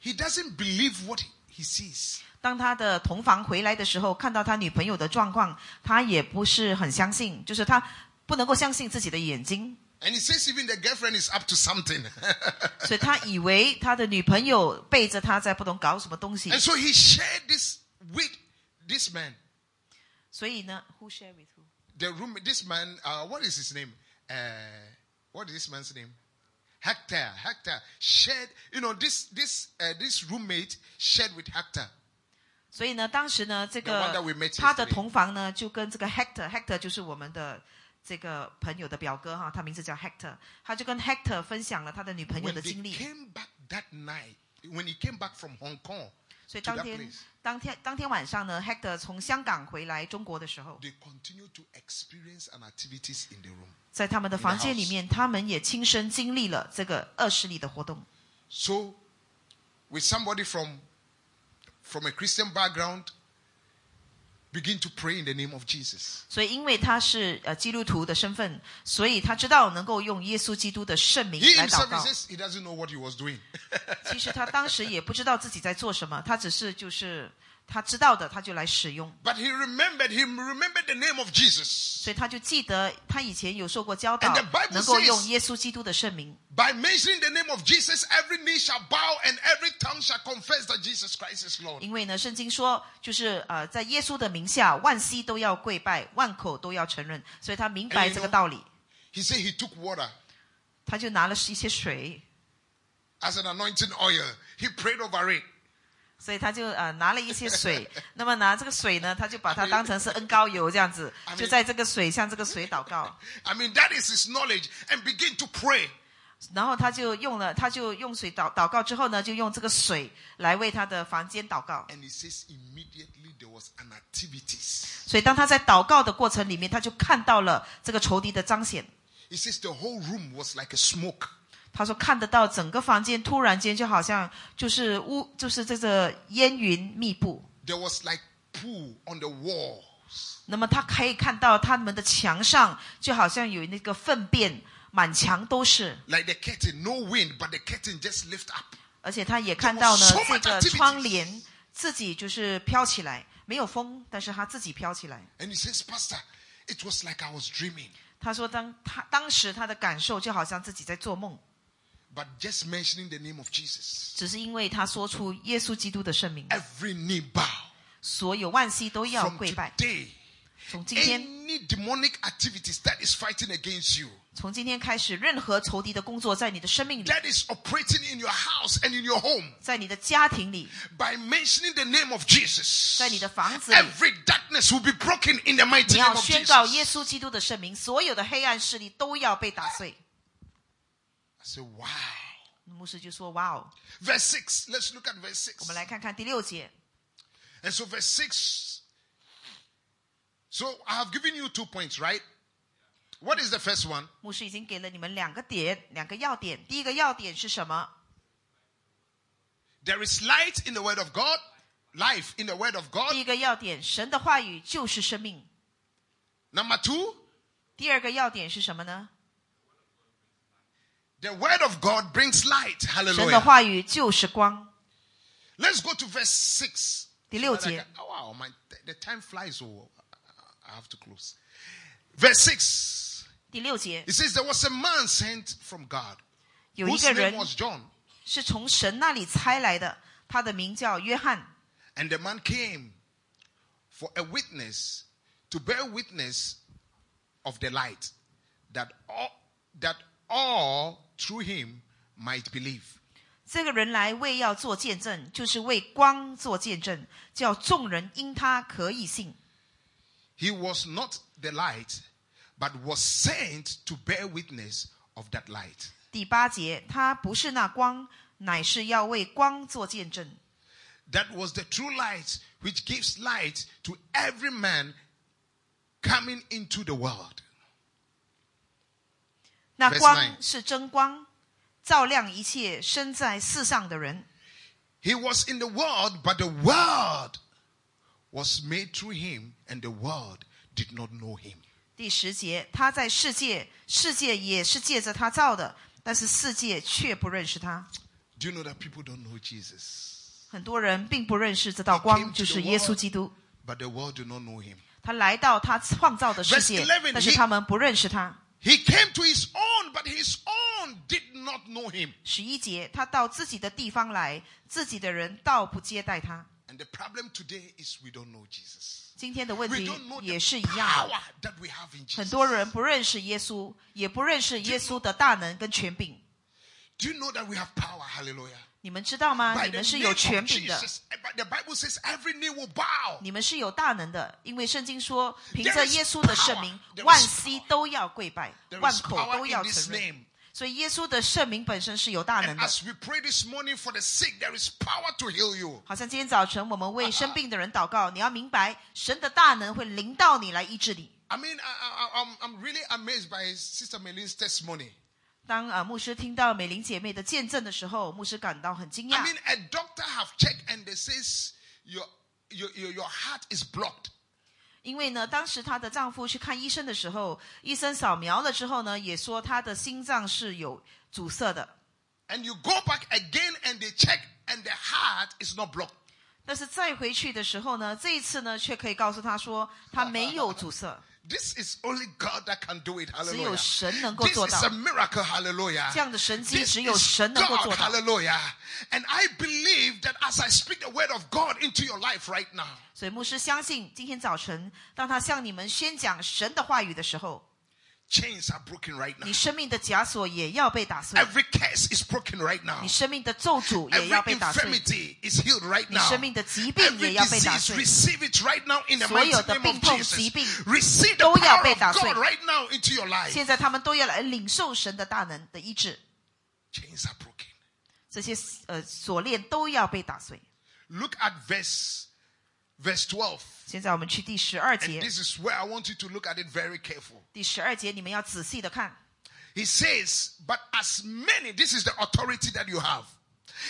S4: he doesn't believe what he sees.
S2: 当他的同房回来的时候，看到他女朋友的状况，他也不是很相信，就是他不能够相信自己的眼睛，
S4: And he says even the girlfriend is up to something.
S2: 所以他以为他的女朋友背着他在不懂搞什么东西
S4: and。so he shared this with this man.
S2: 所以呢，Who share with who？
S4: The room, this man, uh, what is his name? Uh, what is this man's name? Hector. Hector shared, you know, this this uh, this roommate shared with Hector.
S2: 所以呢，当时呢，这
S4: No
S2: 个
S4: wonder we met
S2: 他的
S4: yesterday.
S2: 同房呢，就跟这个 Hector，Hector 就是我们的这个朋友的表哥哈，他名字叫 Hector，他就跟 Hector 分享了他的女朋友
S4: When
S2: 的
S4: they
S2: 经历。
S4: came back that night, when he came back from Hong Kong,
S2: 所以
S4: to
S2: 当
S4: that
S2: 天
S4: place.
S2: 当天当天晚上呢，Hector 从香港回来中国的时候，
S4: they continue to experience an activities in the room.
S2: 在他们的房间里面，他们也亲身经历了这个恶势力的活动。
S4: So, with somebody from from a Christian background, begin to pray in the name of Jesus.
S2: 所以，因为他是呃基督徒的身份，所以他知道能够用耶稣基督的圣名
S4: He
S2: 来祷
S4: himself he
S2: 告。
S4: says he doesn't know what he was doing.
S2: 其实他当时也不知道自己在做什么，他只是就是他知道的，他就来使用。
S4: But he remembered, he remembered the name of Jesus.
S2: 所以他就记得他以前有受过教导
S4: And the Bible，
S2: 能够
S4: says-
S2: 用耶稣基督的圣名。
S4: By mentioning the name of Jesus, every knee shall bow and every tongue shall confess that Jesus Christ is Lord.
S2: 因为呢，圣经说，就是呃，在耶稣的名下，万膝都要跪拜，万口都要承认。所以他明白
S4: 哎
S2: 这个道理，
S4: He said he took water
S2: 他就拿了一些水，
S4: as an anointing oil. He prayed over it.
S2: 所以他就呃拿了一些水。那么拿这个水呢，他就把它当成是恩膏油这样 子
S4: I，mean-
S2: 就在这个水向这个水祷告。
S4: I mean, that is his knowledge. And begin to pray.
S2: 然后他就用了，他就用水祷祷告之后呢，就用这个水来为他的房间祷告。
S4: And he says immediately there was an activities.
S2: 所以当他在祷告的过程里面，他就看到了这个仇敌的彰显。
S4: He says the whole room was like a smoke.
S2: 他说看得到整个房间，突然间就好像就是乌，就是这个烟云密布。
S4: There was like poo on the wall.
S2: 那么他可以看到他们的墙上就好像有那个粪便，满墙都是。
S4: Like the curtain, no wind, but the curtain just lift up.
S2: 而且他也看到呢
S4: There was so，
S2: 这
S4: much
S2: 个
S4: activity.
S2: 窗帘自己就是飘起来，没有风，但是他自己飘起来。
S4: And he says, Pastor, it was like I was dreaming.
S2: 他说当他当时他的感受就好像自己在做梦，
S4: But just mentioning the name of Jesus,
S2: 只是因为他说出耶稣基督的圣名，
S4: every knee bow.
S2: 所有万膝都要
S4: From
S2: 跪拜。
S4: today,
S2: 从今天，
S4: any demonic activities that is fighting against you,
S2: 从今天开始，任何仇敌的工作在你的生命里，
S4: that is operating in your house and in your home,
S2: 在你的家庭里，
S4: by mentioning the name of Jesus,
S2: 在你的房子里，
S4: every darkness will be broken in the
S2: 哎你
S4: mighty
S2: 要
S4: name of
S2: 宣
S4: Jesus.
S2: 告耶稣基督的圣名，所有的黑暗势力都要被打碎。
S4: I say, wow.
S2: 牧师就说：“哇哦！”
S4: Verse 6, let's look at verse
S2: 我
S4: 6.
S2: 们来看看第六节。
S4: And so, verse 6. So, I have given you two points, right? What is the first one?
S2: 牧师已经给了你们两个点，两个要点。第一个要点是什么？
S4: There is light in the Word of God, life in the Word of God.
S2: 第一个要点，神的话语就是生命。
S4: Number two,
S2: 第二个要点是什么呢？
S4: the Word of God brings light.
S2: 神的
S4: Hallelujah.
S2: 话语就是光。
S4: Let's go to verse 6.
S2: 第六
S4: But I
S2: 节
S4: can-，oh, wow, my, the time flies, so I have to close. Verse 6.
S2: 第六节
S4: It says, There was a man sent from God
S2: 有一
S4: whose
S2: 个
S4: name
S2: 人
S4: was John.
S2: 是从神那里猜来的，他的名叫约翰。
S4: And the man came for a witness to bear witness of the light that all, that all through him might believe.
S2: 这个人来为要做见证，就是为光做见证，叫众人因他可以信。
S4: He was not the light, but was sent to bear witness of that light.
S2: 第八节，他不是那光，乃是要为光做见证。
S4: That was the true light which gives light to every man coming into the world.
S2: 那
S4: Verse
S2: 光
S4: nine
S2: 是真光，照亮一切生在世上的人。
S4: He was in the world, but the world was made through him, and the world did not know him.
S2: 第十节，他在世界，世界也是借着他造的，但是世界却不认识他。
S4: Do you know that people don't know Jesus?
S2: 很多人并不认识这道
S4: He came
S2: 光，
S4: to
S2: 就是
S4: the
S2: 耶稣
S4: world.
S2: 基督。
S4: But the world do not know him.
S2: 他来到他创造的世界
S4: Verse 11
S2: 但是
S4: he-
S2: 他们不认识他。
S4: He came to his own, but his own did not know him.
S2: 十一节，他到自己的地方来，自己的人倒不接待他。
S4: And the problem today is we don't know Jesus.
S2: 今天的问
S4: We
S2: 题
S4: don't know
S2: 也
S4: the
S2: 是一样
S4: power
S2: 的，
S4: that we have in
S2: 很
S4: Jesus.
S2: 多人不认识耶稣，也不认识耶稣的大能跟权柄。
S4: Do you know that we have power? Hallelujah.
S2: 你们知道吗？
S4: By
S2: 你
S4: the
S2: 们
S4: name
S2: 是有
S4: of
S2: 权柄的，
S4: Jesus, but the Bible says every knee will bow.
S2: 你们是有大能的，因为圣经说，凭
S4: There
S2: 着
S4: is
S2: 耶稣的圣名
S4: power. There，is
S2: 万膝都要跪拜
S4: There，is
S2: 万口
S4: power
S2: 都要
S4: in this
S2: 承认
S4: name.。
S2: 所以耶稣的圣名本身是有大能
S4: And
S2: 的。
S4: as we pray this morning for the sick, there is power to heal you.
S2: 好像今天早晨我们为生病的人祷告，你要明白神的大能会临到你来医治你。
S4: I mean, I, I, I'm, I'm really amazed by Sister Meline's testimony.
S2: 当啊牧师听到美玲姐妹的见证的时候，牧师感到很惊讶
S4: I mean, a doctor have checked and they says your your your, your heart is blocked.
S2: 因为呢，当时她的丈夫去看医生的时候，医生扫描了之后呢，也说她的心脏是有阻塞的。
S4: And you go back again and they check and the heart is not blocked.
S2: 但是再回去的时候呢，这一次呢，却可以告诉他说，他没有阻塞，
S4: This is only God that can do it.
S2: 只有
S4: Hallelujah.
S2: 神能够
S4: This
S2: 做
S4: is
S2: 到
S4: a miracle. Hallelujah.
S2: 这样的神迹，
S4: This
S2: 只有
S4: is
S2: 神能够
S4: God,
S2: 做到。
S4: hallelujah. And I believe that as I speak the word of God into your life right now,
S2: 所以牧师相信，今天早晨当他向你们宣讲神的话语的时候，
S4: chains are broken right now.
S2: 你生命的枷锁也要被打碎，
S4: Every curse is broken right now.
S2: 你生命的咒诅也要
S4: Every
S2: 被打碎。
S4: infirmity is healed right now.
S2: 你生命的疾病
S4: Every
S2: 也要被打碎。
S4: disease, receive it right now in the mighty name
S2: 所
S4: of
S2: 有的病痛、
S4: Jesus.
S2: 疾病
S4: Receive the power of
S2: 都要被打碎。
S4: God right now into your life.
S2: 现在他们都要来领受神的大能的医治，
S4: Chains are broken.
S2: 这些呃锁链都要被打碎。
S4: Look at verse verse 12.
S2: 现在我们去第十二
S4: And
S2: 节，
S4: this is where I want you to look at it very careful.
S2: 第十二节你们要仔细的看。
S4: He says, but as many, this is the authority that you have.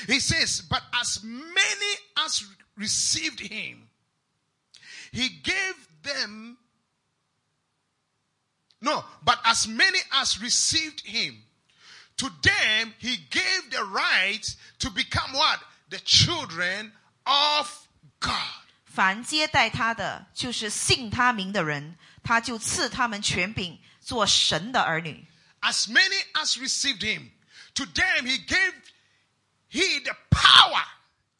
S4: He says, but as many as received him, he gave them, no, but as many as received him, to them he gave the right to become what? The children of God.
S2: 凡接待他的，就是信他名的人，他就赐他们权柄，做神的儿女。
S4: as many as received him to them he gave he the power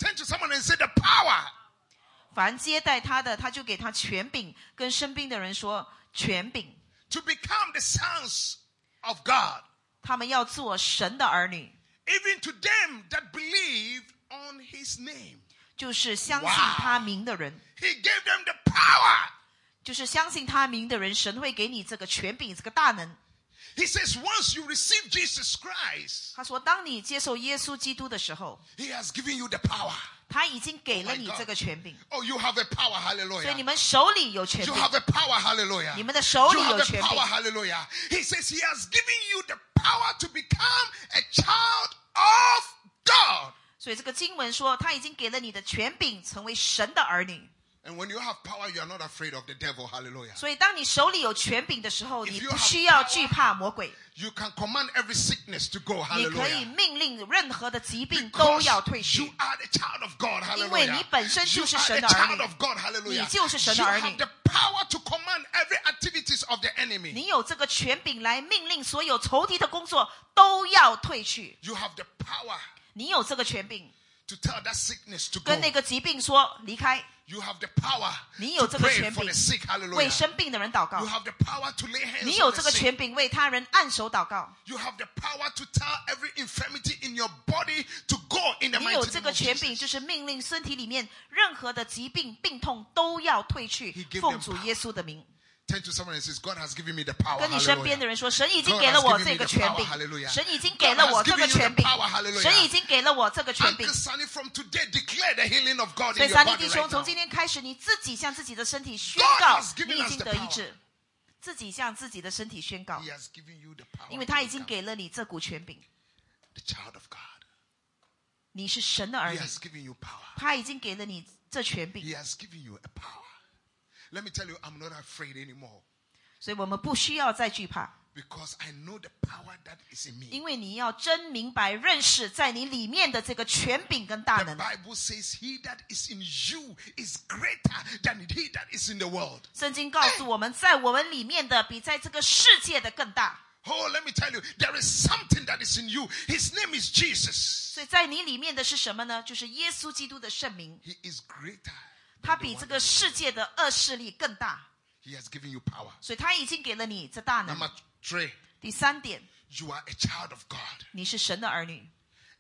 S4: turn to someone and say the power
S2: 凡接待他的，他就给他权柄，跟生病的人说权柄，
S4: to become the sons of god
S2: 他们要做神的儿女，
S4: even to them that believe on his name
S2: 就是相信
S4: 哇
S2: 他名的人，
S4: he gave them the power
S2: 就是相信他名的人，神会给你这个权柄，这个大能。
S4: he says once you receive jesus christ
S2: 他说，当你接受耶稣基督的时候，
S4: he has given you the power
S2: 他已经给
S4: Oh
S2: 了
S4: my
S2: 你
S4: God
S2: 这个权柄，
S4: oh you have a power
S2: 所以你
S4: hallelujah
S2: 们手里有权
S4: you
S2: 柄，
S4: have a power hallelujah
S2: 你们的手里
S4: You
S2: 有
S4: have the
S2: 权柄
S4: power,。hallelujah. He says he has given you the power to become a child of God.
S2: 所以这个经文说，他已经给了你的权柄，成为神的儿女。
S4: And when you have power, you are not afraid of the devil, hallelujah.
S2: 所以，当你手里有权柄的时候，
S4: If
S2: 你
S4: you
S2: 不
S4: have
S2: 需要惧怕魔鬼，
S4: You can command every sickness to go,
S2: 你可以
S4: hallelujah.
S2: 命令任何的疾病都
S4: Because
S2: 要退
S4: you
S2: 去。
S4: are the child of God, hallelujah.
S2: 因为你本身就是
S4: You are
S2: 神的儿女。
S4: the child of God, hallelujah.
S2: 你就是神的
S4: You
S2: 儿女。
S4: have the power to command every activities of the enemy.
S2: 你有这个权柄来命令所有仇敌的工作都要退去。
S4: You have the power
S2: 你有这个权柄，
S4: to tell that sickness to go.
S2: 跟那个疾病说离开，
S4: You have the power to
S2: 你有这个
S4: pray
S2: 权柄。
S4: for the sick,
S2: 为
S4: hallelujah.
S2: 生病的人祷
S4: You
S2: 告。
S4: have the power to lay hands
S2: 你
S4: on
S2: 有
S4: the
S2: 这个
S4: sick.
S2: 权柄为他人按手祷告。
S4: You have the power to tell every infirmity in your body to go in the
S2: 你有
S4: mighty
S2: 这
S4: name
S2: 个
S4: of
S2: 权柄，就
S4: Jesus.
S2: 是命令身体里面任何的疾病、病痛都要退去
S4: He gave them。
S2: 奉主耶稣的名，
S4: Turn to someone and says, God has given me the power.
S2: 跟你身边的
S4: Hallelujah.
S2: 人说：“神已
S4: God
S2: 经给了
S4: has
S2: 我
S4: given
S2: 这
S4: me
S2: 个
S4: the
S2: 权柄
S4: power, hallelujah.，
S2: 神已经
S4: God
S2: 给了
S4: has
S2: 我这
S4: given
S2: 个
S4: you the
S2: 权柄
S4: power, hallelujah.，
S2: 神已经给了我这个权
S4: Uncle
S2: 柄。”
S4: Sunny, from today, declare the healing of God
S2: 所以，
S4: in your
S2: 三弟
S4: body
S2: 弟兄，
S4: right
S2: 从
S4: now.
S2: 今天开始，你自己向自己的身体宣
S4: God
S2: 告
S4: has，given
S2: 你已
S4: us
S2: 经
S4: the
S2: 得医
S4: power.
S2: 治，自己向自己的身体宣告
S4: He，has given you the power.
S2: 因为
S4: to
S2: 他已经
S4: become
S2: 给了你这股权柄，
S4: the child of God.
S2: 你是神的儿
S4: He
S2: 女，
S4: has given you power.
S2: 他已经给了你这权
S4: He
S2: 柄，
S4: has given you a power. Let me tell you, I'm not afraid anymore
S2: 所以我们不需要再惧怕。
S4: because I know the power that is in me.
S2: 因为你要真明白认识在你里面的这个权柄跟大
S4: The
S2: 能。
S4: Bible says, He that is in you is greater than he that is in the world.
S2: 圣经告诉我们，在我们里面的比在这个世界的更大，
S4: Oh, let me tell you, there is something that is in you. His name is Jesus.
S2: 所以在你里面的是什么呢？就是耶稣基督的圣名，
S4: He is greater. than
S2: 他
S4: the
S2: 比
S4: one
S2: 这
S4: that-
S2: 个世界的恶势力更大，
S4: He has given you power.
S2: 所以他已经给了你这大能。
S4: Number three,
S2: 第三点，
S4: you are a child of God,
S2: 你是神的儿女，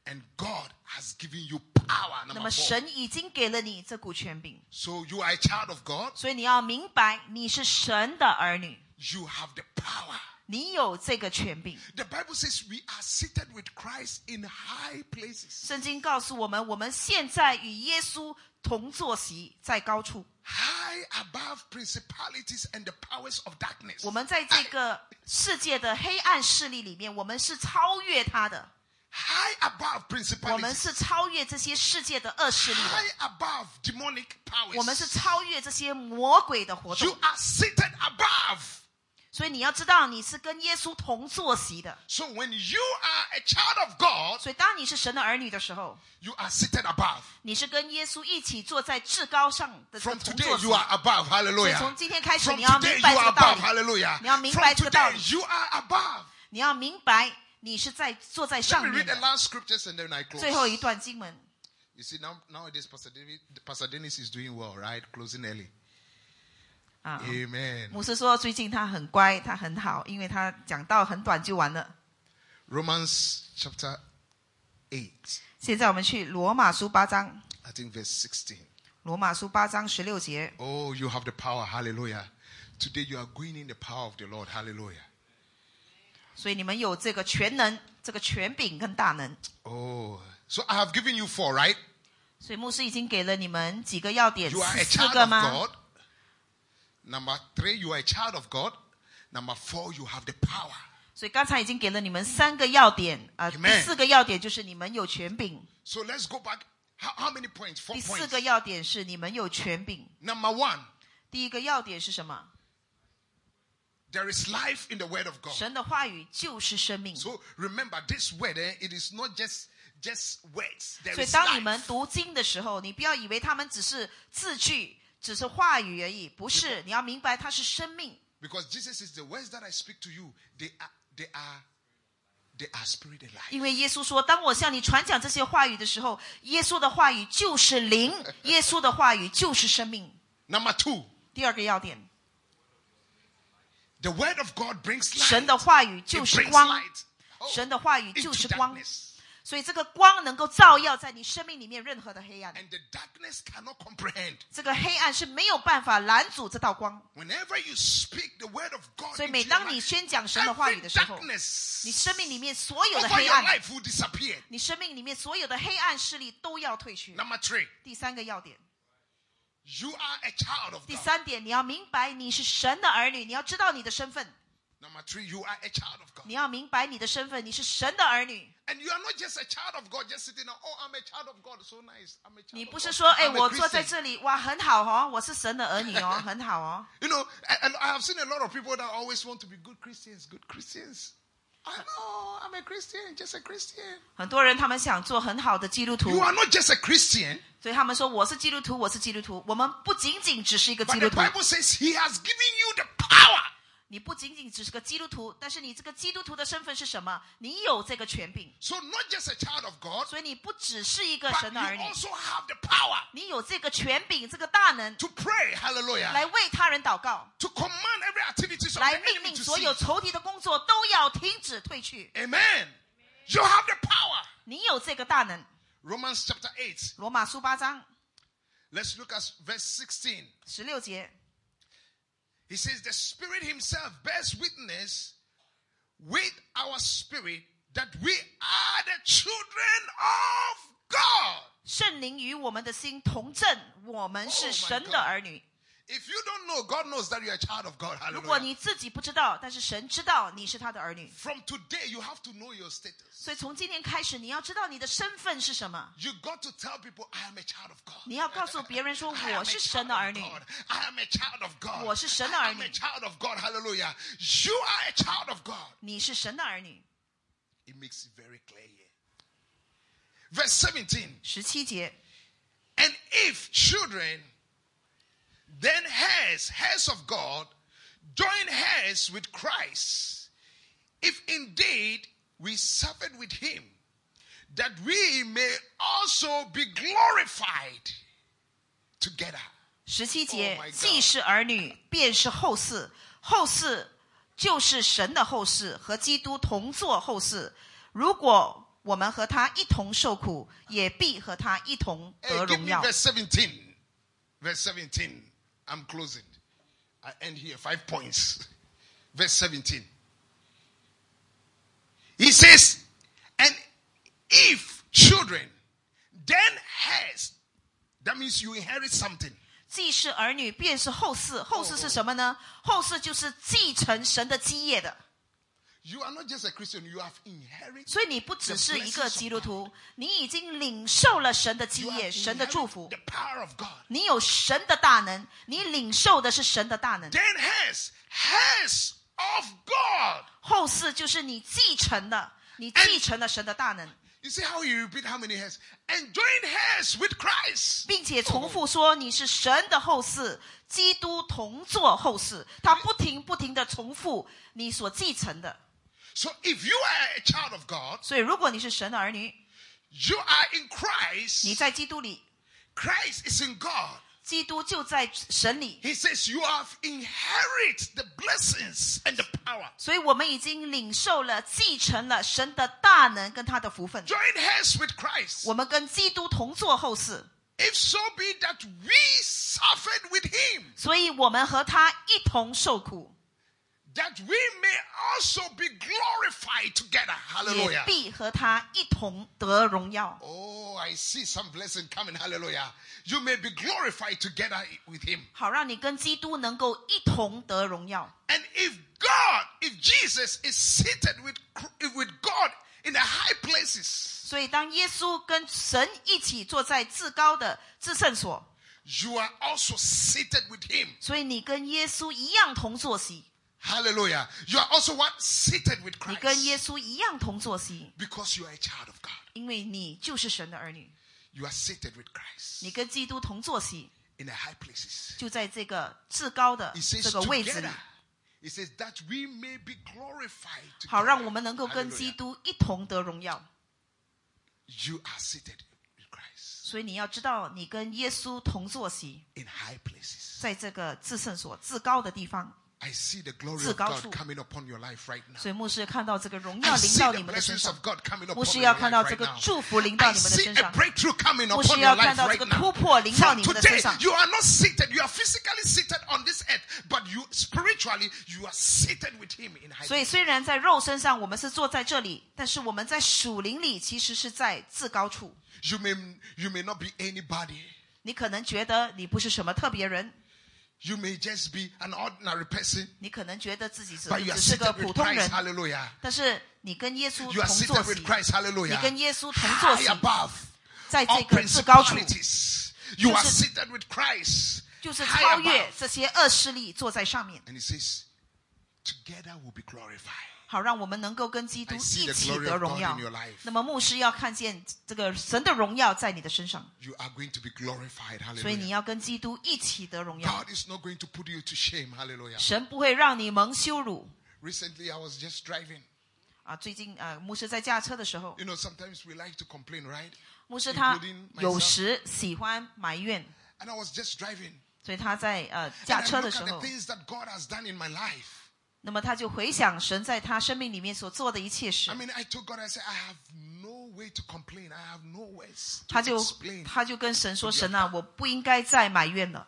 S4: and God has given you power.
S2: 那
S4: Number
S2: 么
S4: four.
S2: 神已经给了你这股权柄，
S4: So you are a child of God.
S2: 所以你要明白你是神的儿女，
S4: You have the power.
S2: 你有这个权柄。
S4: The Bible says we are seated with Christ in high places.
S2: 圣经告诉我们，我们现在与耶稣同坐席在高处，
S4: High above principalities and the powers of darkness.
S2: 我们在这个世界的黑暗势力里面，我们是超越他的，
S4: high above
S2: 我们
S4: principalities,
S2: 是超越这些世界的恶势力的，
S4: high above demonic
S2: 我们是
S4: powers.
S2: 超越这些魔鬼的活
S4: You
S2: 动。
S4: are seated above.
S2: 所以你要知道，你是跟耶稣同坐席的。
S4: So when you are a child of God,
S2: 所以，当你是神的儿女的时候，
S4: you are seated above.
S2: 你是跟耶稣一起坐在至高上的这个
S4: From
S2: 同
S4: today,
S2: 坐席
S4: you。are above.
S2: 所以
S4: Hallelujah.
S2: 从今天开始，
S4: From
S2: 你要
S4: today,
S2: 明
S4: you
S2: 白这
S4: are
S2: 个道
S4: above.
S2: 理。
S4: Hallelujah.
S2: 你要明白
S4: From
S2: 这个道理。
S4: today, you are above.
S2: 你要明白，你是在坐在上
S4: Let me
S2: 面
S4: read the
S2: 的。
S4: last scriptures and then I close.
S2: 最后一段经文，
S4: You see, now nowadays Pastor, David, Pastor Dennis is doing well, right? Closing early.
S2: 啊，
S4: 嗯 Amen.
S2: 牧师说最近他很乖，他很好，因为他讲到很短就完了。
S4: Romans chapter 8,
S2: 现在我们去罗马书八章，
S4: I think verse 16.
S2: 罗马书八章十六节，
S4: Oh, you have the power. Hallelujah. Today you are going in the power of the Lord. Hallelujah.
S2: 所以你们有这个全能、这个权柄跟大能。
S4: Oh, so I have given you four, right?
S2: 所以牧师已经给了你们几个要点，
S4: You are a
S2: 四
S4: child
S2: 个
S4: of
S2: 吗？
S4: God. Number three, you are a child of God. Number four, you have the power.
S2: 所以刚才已经给了你们三个要点啊、呃
S4: Amen
S2: 第四个要点就是你们有权柄，
S4: So let's go back. How, how many points? Four
S2: 第四
S4: points.
S2: 个要点是你们有权柄。
S4: Number one,
S2: 第一个要点是什么？
S4: there is life in the Word of God.
S2: 神的话语就是生命。
S4: So remember, this word, eh, it is not just just words. There
S2: 所以
S4: is
S2: 当你们
S4: life.
S2: 读经的时候，你不要以为他们只是字句，只是话语而已，不是，你要明白它是生命。
S4: Because Jesus is the words that I speak to you. They are they are they are spirit and life.
S2: 因为耶稣说：“当我向你传讲这些话语的时候，耶稣的话语就是 灵，耶稣的话语就是生命。
S4: Number two, ”
S2: 第二个要点，
S4: the word of God brings light.
S2: 神的话语
S4: It
S2: 就是
S4: brings
S2: 光，
S4: light. Oh,
S2: 神的话语
S4: into
S2: 就是光，
S4: darkness.
S2: 所以这个光能够照耀在你生命里面任何的黑暗。
S4: And the darkness cannot comprehend.
S2: 这个黑暗是没有办法拦阻这道光，
S4: Whenever you speak the word of God,
S2: 所以
S4: into
S2: 每
S4: your
S2: 当
S4: life,
S2: 你宣讲神的话语
S4: every
S2: 的时候，你
S4: darkness
S2: 生命里面所有的
S4: over
S2: 黑
S4: your
S2: 暗，
S4: life will disappear.
S2: 你生命里面所有的黑暗势力都要退去。
S4: Number three,
S2: 第三个要点，
S4: you are a child of
S2: 第
S4: God.
S2: 三点，你要明白你是神的儿女，你要知道你的身份，
S4: Number three, you are a child of God.
S2: 你要明白你的身份，你是神的儿女。
S4: And you are not just a child of God, just sitting there, oh, I'm a child of God, so nice. I'm a child
S2: 你
S4: of
S2: 不是说，
S4: God.
S2: 哎，
S4: I'm a
S2: 我坐在
S4: Christian.
S2: 这里，哇，很好哦，我是神的儿女哦，很好哦。
S4: You know, I, I have seen a lot of people that always want to be good Christians, good Christians. I know, I'm a Christian, just a Christian.
S2: 很多人他们想做很好的基督徒
S4: You，are not just a Christian,
S2: 所以他们说我是基督徒，我是基督徒。我们不仅仅只是一个基
S4: but
S2: 督
S4: the
S2: 徒，
S4: Bible says He has given you the power.
S2: 你不仅仅只是个基督徒，但是你这个基督徒的身份是什么？你有这个权柄，
S4: So, not just a child of God,
S2: 所以你不只是一个
S4: but
S2: 神的儿女
S4: you，also have the power
S2: 你有这个权柄，这个大能
S4: to pray, hallelujah,
S2: 来为他人祷告，
S4: to command every activity of the
S2: 来命
S4: enemy
S2: 令
S4: to
S2: 所
S4: cease.
S2: 有仇敌的工作都要停止退去。
S4: Amen. You have the power.
S2: 你有这个大能。
S4: Romans chapter 8.
S2: 罗马书八章
S4: Let's look at verse 16.
S2: 十六节，
S4: He says, The Spirit Himself bears witness with our spirit that we are the children of God.
S2: 圣灵与我们的心同证，我们是神的儿女。
S4: If you don't know, God knows that you're a child of Oh God.
S2: 如果
S4: Hallelujah.
S2: 你自己不知道，但是神知道你是他的儿女，
S4: From today, you have to know your status.
S2: 所以从今天开始，你要知道你的身份是什么。
S4: You got to tell people, I am a child of God.
S2: 你要告诉别人说
S4: I am
S2: 我
S4: a
S2: 是
S4: child
S2: 神
S4: of
S2: 的儿女，
S4: God. I am a child of God.
S2: 我是神的
S4: I am
S2: 儿女。
S4: a child of God. Hallelujah. You are a child of God.
S2: 你是神的儿女。
S4: It makes it very clear here. Verse 17.
S2: 十七节，
S4: And if children, then heirs, heirs of God, join heirs with Christ, if indeed we suffered with him, that we may also be glorified together.
S2: 十七
S4: Oh
S2: 节
S4: my God，
S2: 既是儿女，便是后嗣，后嗣就是神的后嗣，和基督同作后嗣。如果我们和他一同受苦，也必和他一同
S4: Hey,
S2: 得
S4: give
S2: 荣
S4: me
S2: 耀。
S4: verse 17. Verse 17. I'm closing. I end here. Five points. Verse 17. He says, And if children, then heirs. That means you inherit something.
S2: 既是儿女，便是后
S4: Oh
S2: 嗣。后嗣是什么呢？后嗣就是继承神的基业的。
S4: You are not just a Christian, you have inherited.
S2: 所以你不只是一个基督徒，你已经领受了神的基
S4: You have
S2: 业、神的
S4: inherited
S2: 祝福
S4: the，power of God.
S2: 你有神的大能，你领受的是神的大能。
S4: Then heirs, heirs
S2: 事就是你继承了，你继承了神的大能，
S4: You see how you repeat how many hairs? And join hairs with Christ.
S2: 并且重复说你是神的后嗣，基督同作后嗣。他不停不停的重复你所继承的。
S4: So if you are a child of God,
S2: 所以，如果你是神的儿女，
S4: you are in Christ.
S2: 你在基督里，
S4: Christ is in God.
S2: 基督就在神里。
S4: He says you have inherit the blessings and the power.
S2: 所以我们已经领受了、继承了神的大能跟他的福分。
S4: Join hands with Christ.
S2: 我们跟基督同作后嗣，
S4: If so be that we suffered with him,
S2: 所以我们和他一同受苦，
S4: that we may also be glorified together.
S2: 也
S4: Hallelujah.
S2: 必和他一同得荣耀。
S4: Oh, I see some blessing coming. Hallelujah. You may be glorified together with him.
S2: 好让你跟基督能够一同得荣耀。
S4: And if God, if Jesus is seated with, with God in the high places,
S2: 所以，当耶稣跟神一起坐在至高的至圣所，
S4: you are also seated with him.
S2: 所以你跟耶稣一样同坐席，
S4: Hallelujah. You are also what? Seated with
S2: 你跟耶
S4: Christ.
S2: 稣一样同坐席，
S4: Because you are a child of God.
S2: 因为你就是神的儿女，
S4: You are seated with
S2: 你
S4: Christ
S2: 跟基督同坐席，
S4: in the high places.
S2: 就在这个至高的
S4: It
S2: 这
S4: says
S2: 个位置里
S4: together.。It says that we may be glorified
S2: 好，让我们能够
S4: together.
S2: 跟基
S4: Hallelujah.
S2: 督一同得荣耀。
S4: You are seated with Christ
S2: 所以你要知道，你跟耶稣同坐席，
S4: in high places.
S2: 在这个至圣所至高的地方。
S4: I see the glory of God
S2: 至高处。
S4: coming upon your life right now.
S2: 所以牧师看到这个荣
S4: I
S2: 耀临
S4: see
S2: 到
S4: the
S2: 你们的身
S4: blessings
S2: 上
S4: of，God coming upon
S2: 牧
S4: your
S2: 师要
S4: life
S2: 看到这
S4: right
S2: 个
S4: now.
S2: 祝福临到
S4: I
S2: 你们的
S4: see
S2: 身
S4: a
S2: 上。
S4: breakthrough coming
S2: 牧师
S4: upon your
S2: 要
S4: life
S2: 看到这
S4: right
S2: 个
S4: now.
S2: 突破临到
S4: From
S2: 你们的身
S4: today,
S2: 上。
S4: you are not seated. You are physically seated on this earth, but you spiritually you are seated with Him in
S2: 所
S4: high.
S2: 以虽然在肉身上我们是坐在这里，但是我们在属灵里其实是在至高处。
S4: You may you may not be anybody.
S2: 你可能觉得你不是什么特别人，
S4: You may just be an ordinary person,
S2: 你可能觉得自己只
S4: but you are
S2: 只是个
S4: seated
S2: 普
S4: with
S2: 通人
S4: Christ.，Hallelujah.
S2: 但是你跟耶稣
S4: You are
S2: 同坐
S4: seated
S2: 席
S4: with，Christ.
S2: 你
S4: Hallelujah.
S2: 跟耶稣同坐席。
S4: High above
S2: 在
S4: all
S2: 这个至高处
S4: principalities. You are
S2: 就是-
S4: seated with Christ.
S2: 就是超
S4: High
S2: 越
S4: above.
S2: 这些恶势力，坐在上面，
S4: And He says, "Together we'll be glorified."
S2: 好让我们能够跟基督
S4: I see the
S2: 一起得荣
S4: glory
S2: 耀
S4: of God in your life.。
S2: 那么牧师要看见这个神的荣耀在你的身上，
S4: You are going to be glorified.
S2: 所以你
S4: Hallelujah.
S2: 要跟基督一起得荣耀。
S4: God is not going to put you to shame. Hallelujah.
S2: 神不会让你蒙羞辱
S4: Recently, I was just driving.
S2: 啊！最近呃，牧师在驾车的时候，
S4: You know, sometimes we like to complain, right?
S2: 牧师他
S4: Including myself.
S2: 有时喜欢埋怨，
S4: And I was just driving.
S2: 所以他在呃
S4: And
S2: 驾
S4: I
S2: 车
S4: look
S2: 的时
S4: at the
S2: 候，
S4: things that God has done in my life.
S2: 那么他就回想神在他生命里面所做的一切事
S4: I。mean, I told God, I said, I have no way to complain. I have no words
S2: 他
S4: to
S2: 就
S4: explain.
S2: 他就跟神说：“神啊，我不应该再埋怨了。”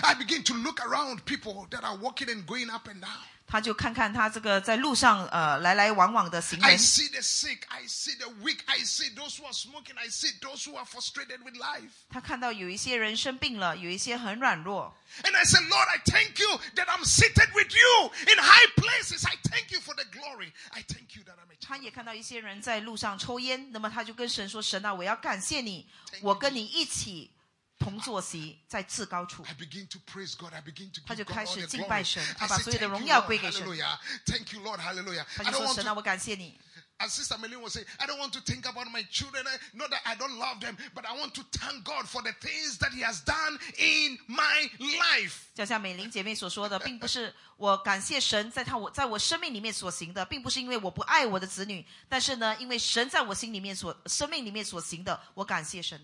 S4: I begin to look around people that are walking and going up and down.
S2: 他就看看他这个在路上呃来来往往的行
S4: I
S2: 人，
S4: see the sick. I see the weak. I see those who are smoking. I see those who are frustrated with life.
S2: 他看到有一些人生病了，有一些很软弱，
S4: And I said, Lord, I thank you that I'm seated with you in high places. I thank you for the glory. I thank you that I'm a
S2: 他
S4: child.
S2: 也看到一些人在路上抽烟，那么他就跟神说：“神啊，我要感谢你，我跟你一起同坐席在至高处
S4: I。begin to praise God. I begin to
S2: 他
S4: give
S2: 就
S4: God all
S2: 开
S4: the
S2: 始
S4: glory.
S2: 敬
S4: I
S2: 拜
S4: say,
S2: 神，他把所有
S4: thank
S2: 的
S4: you,
S2: 荣
S4: Lord,
S2: 耀归给神。
S4: hallelujah. Thank you, Lord, hallelujah.
S2: 他
S4: I
S2: 就
S4: don't
S2: 说：
S4: want
S2: 神啊，
S4: to.
S2: 我感谢你。
S4: As Sister Melin was saying, I don't want to think about my children. I, not that I don't love them, but I want to thank God for the things that He has done in my life.
S2: 就像美玲姐妹所说的，并不是我感谢神在他我在我生命里面所行的，并不是因为我不爱我的子女，但是呢，因为神在我心里面所生命里面所行的，我感谢神。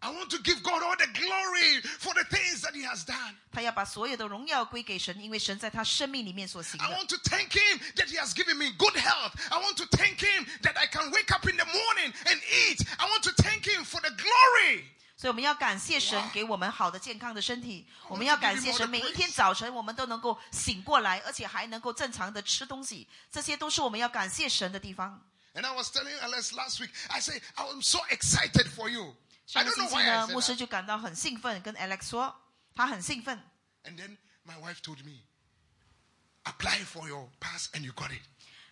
S4: I want to give God all the glory for the things that He has done.
S2: 他要把所有的荣耀归给神，因为神在他生命里面所行
S4: I
S2: 的。
S4: want to thank Him that He has given me good health. I want to thank Him that I can wake up in the morning and eat. I want to thank Him for the glory.
S2: 所以我们要感谢神给我们好的健康的身体，我们要感谢神每一天早晨我们都能够醒过来，而且还能够正常的吃东西，这些都是我们要感谢神的地方。
S4: And I was telling Alice last week, I say, I'm so excited for you.
S2: 上
S4: I
S2: 个
S4: don't
S2: 星
S4: know
S2: 期
S4: why
S2: 呢，
S4: I
S2: 牧师
S4: said that.
S2: 就感到很兴奋，跟 Alex 说，他很兴奋。
S4: And then my wife told me, apply for your pass and you got it.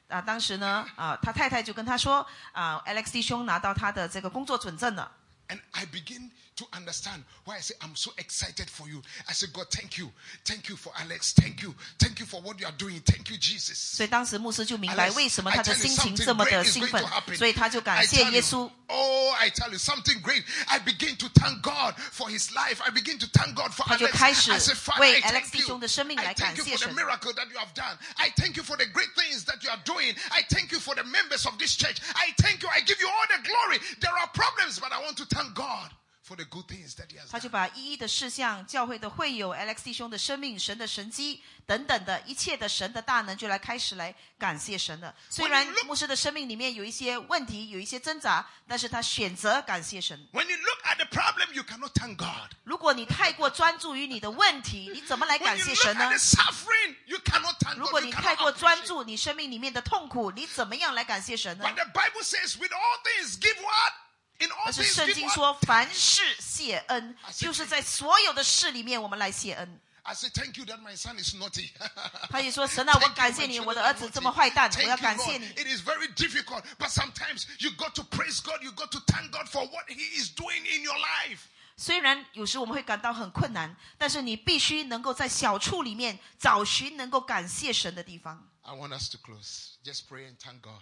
S2: 啊，当时呢，啊，他太太就跟他说，啊，Alex 弟兄拿到他的这个工作准证了，
S4: And I begin to understand why I say, I'm so excited for you. I say, God, thank you. Thank you for Alex. Thank you. Thank you for what you are doing. Thank you, Jesus.
S2: 所以当时牧师就明白为什么他的心情这么的兴奋，所以他就感谢耶稣。
S4: Oh, I tell you something great. I begin to thank God for his life. I begin to thank God for
S2: 他
S4: Alex.
S2: 就开始
S4: I said, Father,
S2: 为
S4: I thank
S2: Alex 弟
S4: you.
S2: 兄的生命
S4: I
S2: 来
S4: thank
S2: 感
S4: you
S2: 谢
S4: for
S2: 神
S4: the。miracle that you have done. I thank you for the great things that you are doing. I thank you for the members of this church. I thank you. I give you all the glory. There are problems, but I want to thank God for the good things that He has
S2: 他
S4: done.
S2: 就把一一的事项、教会的会友、Alex 弟兄的生命、神的神机等等的一切的神的大能，就来开始来感谢神了。虽然
S4: look-
S2: 牧师的生命里面有一些问题，有一些挣扎，但是他选择感谢神。
S4: When you look at the problem, you cannot thank God.
S2: 如果你太过专注于你的问题，你怎么来
S4: When
S2: 感
S4: you
S2: 谢
S4: look
S2: 神呢
S4: at the？suffering, you cannot thank
S2: 如果
S4: God.
S2: 你
S4: You
S2: 太
S4: cannot
S2: 过专
S4: appreciate.
S2: 注你生命里面的痛苦，你怎么样来感谢神呢
S4: But？the Bible says, with all things, give what? In all
S2: 而是
S4: things,
S2: 圣
S4: give
S2: 经
S4: what?
S2: 说，凡事谢恩，就是在所有的事里面，我们来谢恩。
S4: I say, thank you that my son is naughty.
S2: 他就说：“神啊，
S4: Thank
S2: 我
S4: you,
S2: 感谢
S4: my
S2: 你，
S4: children
S2: 我的
S4: are
S2: 儿子
S4: naughty.
S2: 这么坏蛋，我
S4: Thank
S2: 要
S4: you,
S2: 感
S4: Lord.
S2: 谢你。
S4: It is very difficult, but sometimes you got to praise God. You got to thank God for what He is doing in your life. ”
S2: 虽然有时我们会感到很困难，但是你必须能够在小处里面找寻能够感谢神的地方。
S4: I want us to close. Just pray and thank God.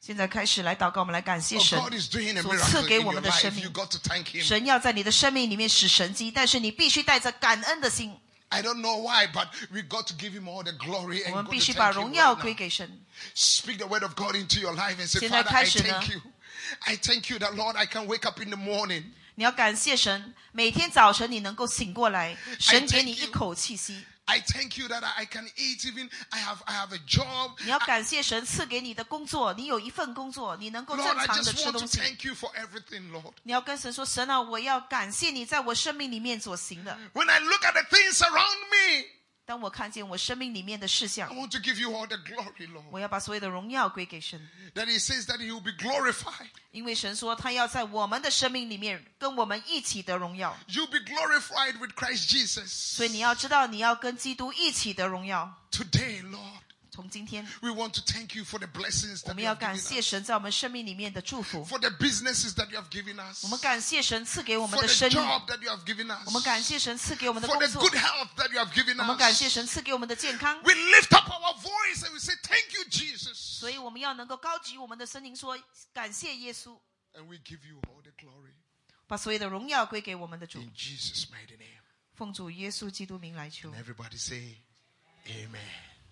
S2: 现在开始来祷告，我们来感谢
S4: Oh,
S2: 神
S4: God is doing a
S2: 所
S4: miracle
S2: 赐
S4: in
S2: 给我
S4: your
S2: 们的生
S4: life. You
S2: 命。
S4: got to thank Him.
S2: 神要在你的生命里面使神迹，但是你必须带着感恩的心。
S4: I don't know why, but we got to give Him all the glory
S2: 我
S4: and
S2: 们
S4: got
S2: 必
S4: to
S2: 须把
S4: thank
S2: 荣
S4: Him
S2: 耀
S4: right
S2: 归
S4: now.
S2: 给神。
S4: Speak the word of God into your life and say,
S2: 现在
S4: Father, I
S2: 开始呢，
S4: thank you. I thank you that, Lord, I can wake up in the morning.
S2: 你要感谢神，每天早晨你能够醒过来，神
S4: thank
S2: 给你一
S4: you.
S2: 口气息。
S4: I thank you that I I can eat. Even I have, I have a job.
S2: 你要感谢神赐给你的工作，你有一份工作，你能够正
S4: Lord, I
S2: 常的
S4: just
S2: 吃
S4: want
S2: 东
S4: to
S2: 西。
S4: thank you for everything, Lord.
S2: 你要跟神说：“神啊，我要感谢你在我生命里面所行的。
S4: When I look at the things around me,
S2: 当我看见我生命里面的事项
S4: I，want to give you all the glory, Lord.
S2: 我要把所有的荣耀归给神，
S4: That He says that He will be glorified.
S2: 因为神说他要在我们的生命里面跟我们一起得荣耀。
S4: You'll be glorified with Christ Jesus.
S2: 所以你要知道，你要跟基督一起得荣耀。
S4: Today, Lord,
S2: 从今天，
S4: we want to thank you for the blessings
S2: 我
S4: that
S2: 们
S4: you
S2: 要
S4: have
S2: 感
S4: given
S2: 谢
S4: us,
S2: 神在我们生命里面的祝福，
S4: for the businesses that you have given us,
S2: 我们感谢神赐给我们
S4: for
S2: 的
S4: the
S2: 生意，
S4: job that you have given
S2: 我们感
S4: us,
S2: 谢神赐给我们的
S4: for
S2: 工
S4: the
S2: 作，
S4: good health that you have given
S2: 我们感谢
S4: us.
S2: 神赐给我们的健康。
S4: We lift up our voice and we say, Thank you, Jesus.
S2: 所以我们要能够高举我们的声音，说感谢耶稣，
S4: And we give you all the glory
S2: 把所有的荣耀归给我们的主
S4: in。Jesus' mighty name.
S2: 奉主耶稣基督名来求
S4: And。everybody say, Amen.